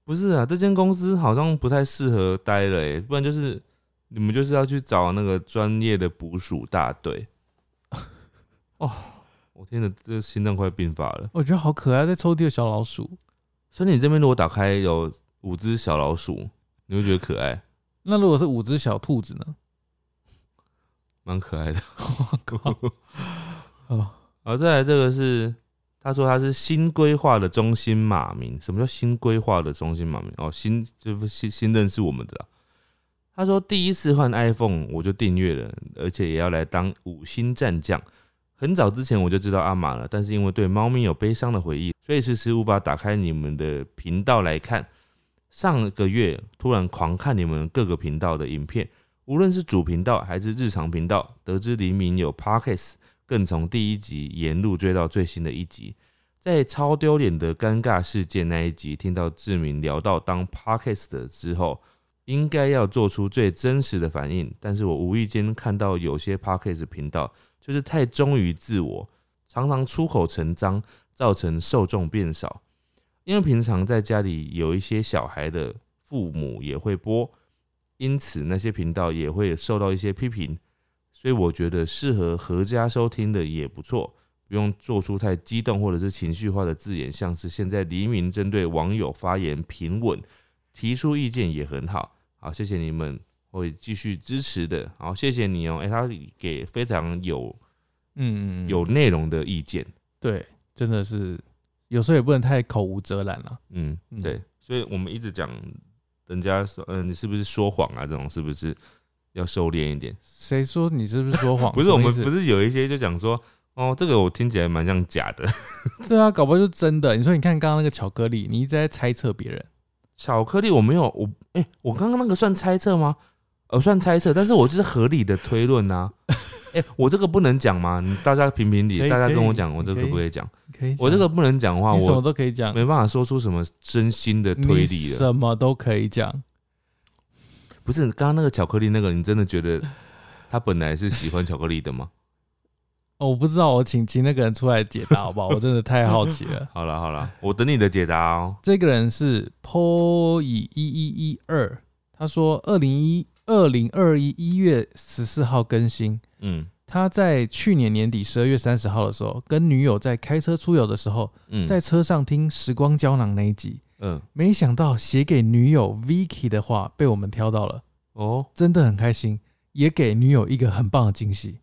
S2: 不是啊，这间公司好像不太适合待了耶，不然就是你们就是要去找那个专业的捕鼠大 队。哦，我天哪，这个心脏快病发了！
S1: 我觉得好可爱，在抽屉的小老鼠。
S2: 所以你这边如果打开有五只小老鼠，你会觉得可爱，
S1: 那如果是五只小兔子 呢？
S2: 蛮可爱的。
S1: 我靠！哦，
S2: 好，再来这个是他说他是新规划的中心马明，什么叫新规划的中心马明？哦，新就是新新认识我们的啦。他说第一次换 iPhone 我就订阅了，而且也要来当五星战将。很早之前我就知道阿玛了，但是因为对猫咪有悲伤的回忆，所以迟迟无法打开你们的频道来看。上个月突然狂看你们各个频道的影片，无论是主频道还是日常频道，得知黎明有 Pockets，更从第一集沿路追到最新的一集。在超丢脸的尴尬事件那一集，听到志明聊到当 podcast 之后，应该要做出最真实的反应，但是我无意间看到有些 podcast 频道就是太忠于自我，常常出口成章，造成受众变少。因为平常在家里有一些小孩的父母也会播，因此那些频道也会受到一些批评，所以我觉得适合合家收听的也不错，不用做出太激动或者是情绪化的字眼，像是现在黎明针对网友发言平稳，提出意见也很好。好，谢谢你们会继续支持的，好，谢谢你哦、诶，他给非常有
S1: 嗯，
S2: 有内容的意见，
S1: 对，真的是有时候也不能太口无遮拦了。
S2: 嗯
S1: 嗯，
S2: 对，所以我们一直讲人家说，嗯、你是不是说谎啊？这种是不是要收敛一点？
S1: 谁说你是不是说谎？
S2: 哦 不是，我们不
S1: 是
S2: 是有一些就讲说，哦，这个我听起来蛮像假的。
S1: 对啊，搞不好就是真的。你说你看刚刚那个巧克力，你一直在猜测别人，
S2: 巧克力我没有，我哎、我刚刚那个算猜测吗？呃，算猜测，但是我就是合理的推 论啊。哎、我这个不能讲吗？你大家评评
S1: 可以
S2: 理，大家
S1: 可以
S2: 跟我讲，我这个
S1: 可以
S2: 可不可以讲？
S1: 可以讲，
S2: 我这个不能讲的话，
S1: 你什么
S2: 我
S1: 都可以讲，
S2: 没办法说出什么真心的
S1: 你
S2: 推理了。
S1: 什么都可以讲。
S2: 不是，刚刚那个巧克力那个，你真的觉得他本来是喜欢巧克力的吗？
S1: 哦我不知道，我请请那个人出来解答好 不好？我真的太好奇了。
S2: 好了好了，我等你的解答哦。
S1: 这个人是 PO 以一一一二，他说二零一二零二一一月十四号更新。
S2: 嗯
S1: 他在去年年底十二月三十号的时候，跟女友在开车出游的时候，
S2: 嗯，
S1: 在车上听《时光胶囊》那一集，
S2: 嗯
S1: 没想到写给女友 Vicky 的话被我们挑到了，
S2: 哦，
S1: 真的很开心，也给女友一个很棒的惊喜。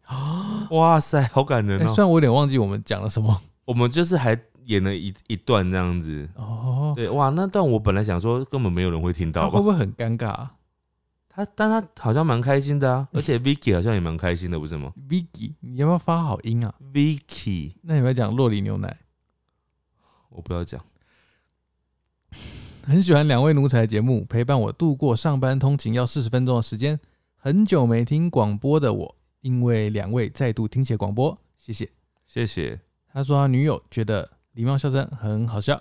S2: 哇塞，好感人
S1: 哎、
S2: 哦。
S1: 虽然我有点忘记我们讲了什么
S2: 我们就是还演了一一段这样子。
S1: 哦，
S2: 对哇，那段我本来想说根本没有人会听
S1: 他
S2: 到
S1: 会
S2: 吧
S1: 不，会很尴尬、啊、
S2: 他但他好像蛮开心的啊，而且 Vicky 好像也蛮开心的，不是吗
S1: ？Vicky，你要不要发好音啊？
S2: ？Vicky，
S1: 那你要不要讲洛里牛奶？
S2: 我不要讲，
S1: 很喜欢两位奴才的节目，陪伴我度过上班通勤要四十分钟的时间。很久没听广播的我，因为两位再度听写广播，谢谢。
S2: 谢谢。
S1: 他说他女友觉得礼貌笑声很好 笑。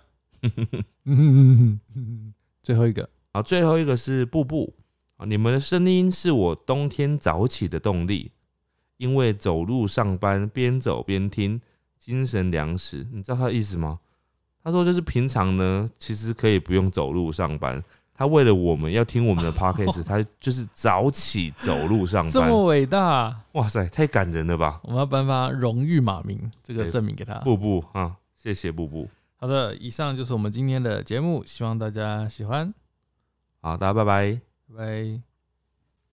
S1: 嗯， 最后一个，
S2: 好，最后一个是布布啊，你们的声音是我冬天早起的动力，因为走路上班，边走边听，精神粮食。你知道他的意思吗？他说就是平常呢，其实可以不用走路上班，他为了我们要听 我们的 podcast，他就是早起走路上
S1: 这
S2: 班。
S1: 么伟大，
S2: 哇塞，太感人了吧！
S1: 我们要颁发荣誉马名这个
S2: 对
S1: 证明给他。
S2: 布布啊，谢谢布布。
S1: 好的，以上就是我们今天的节目，希望大家喜欢，
S2: 好，大家拜拜。
S1: 拜拜。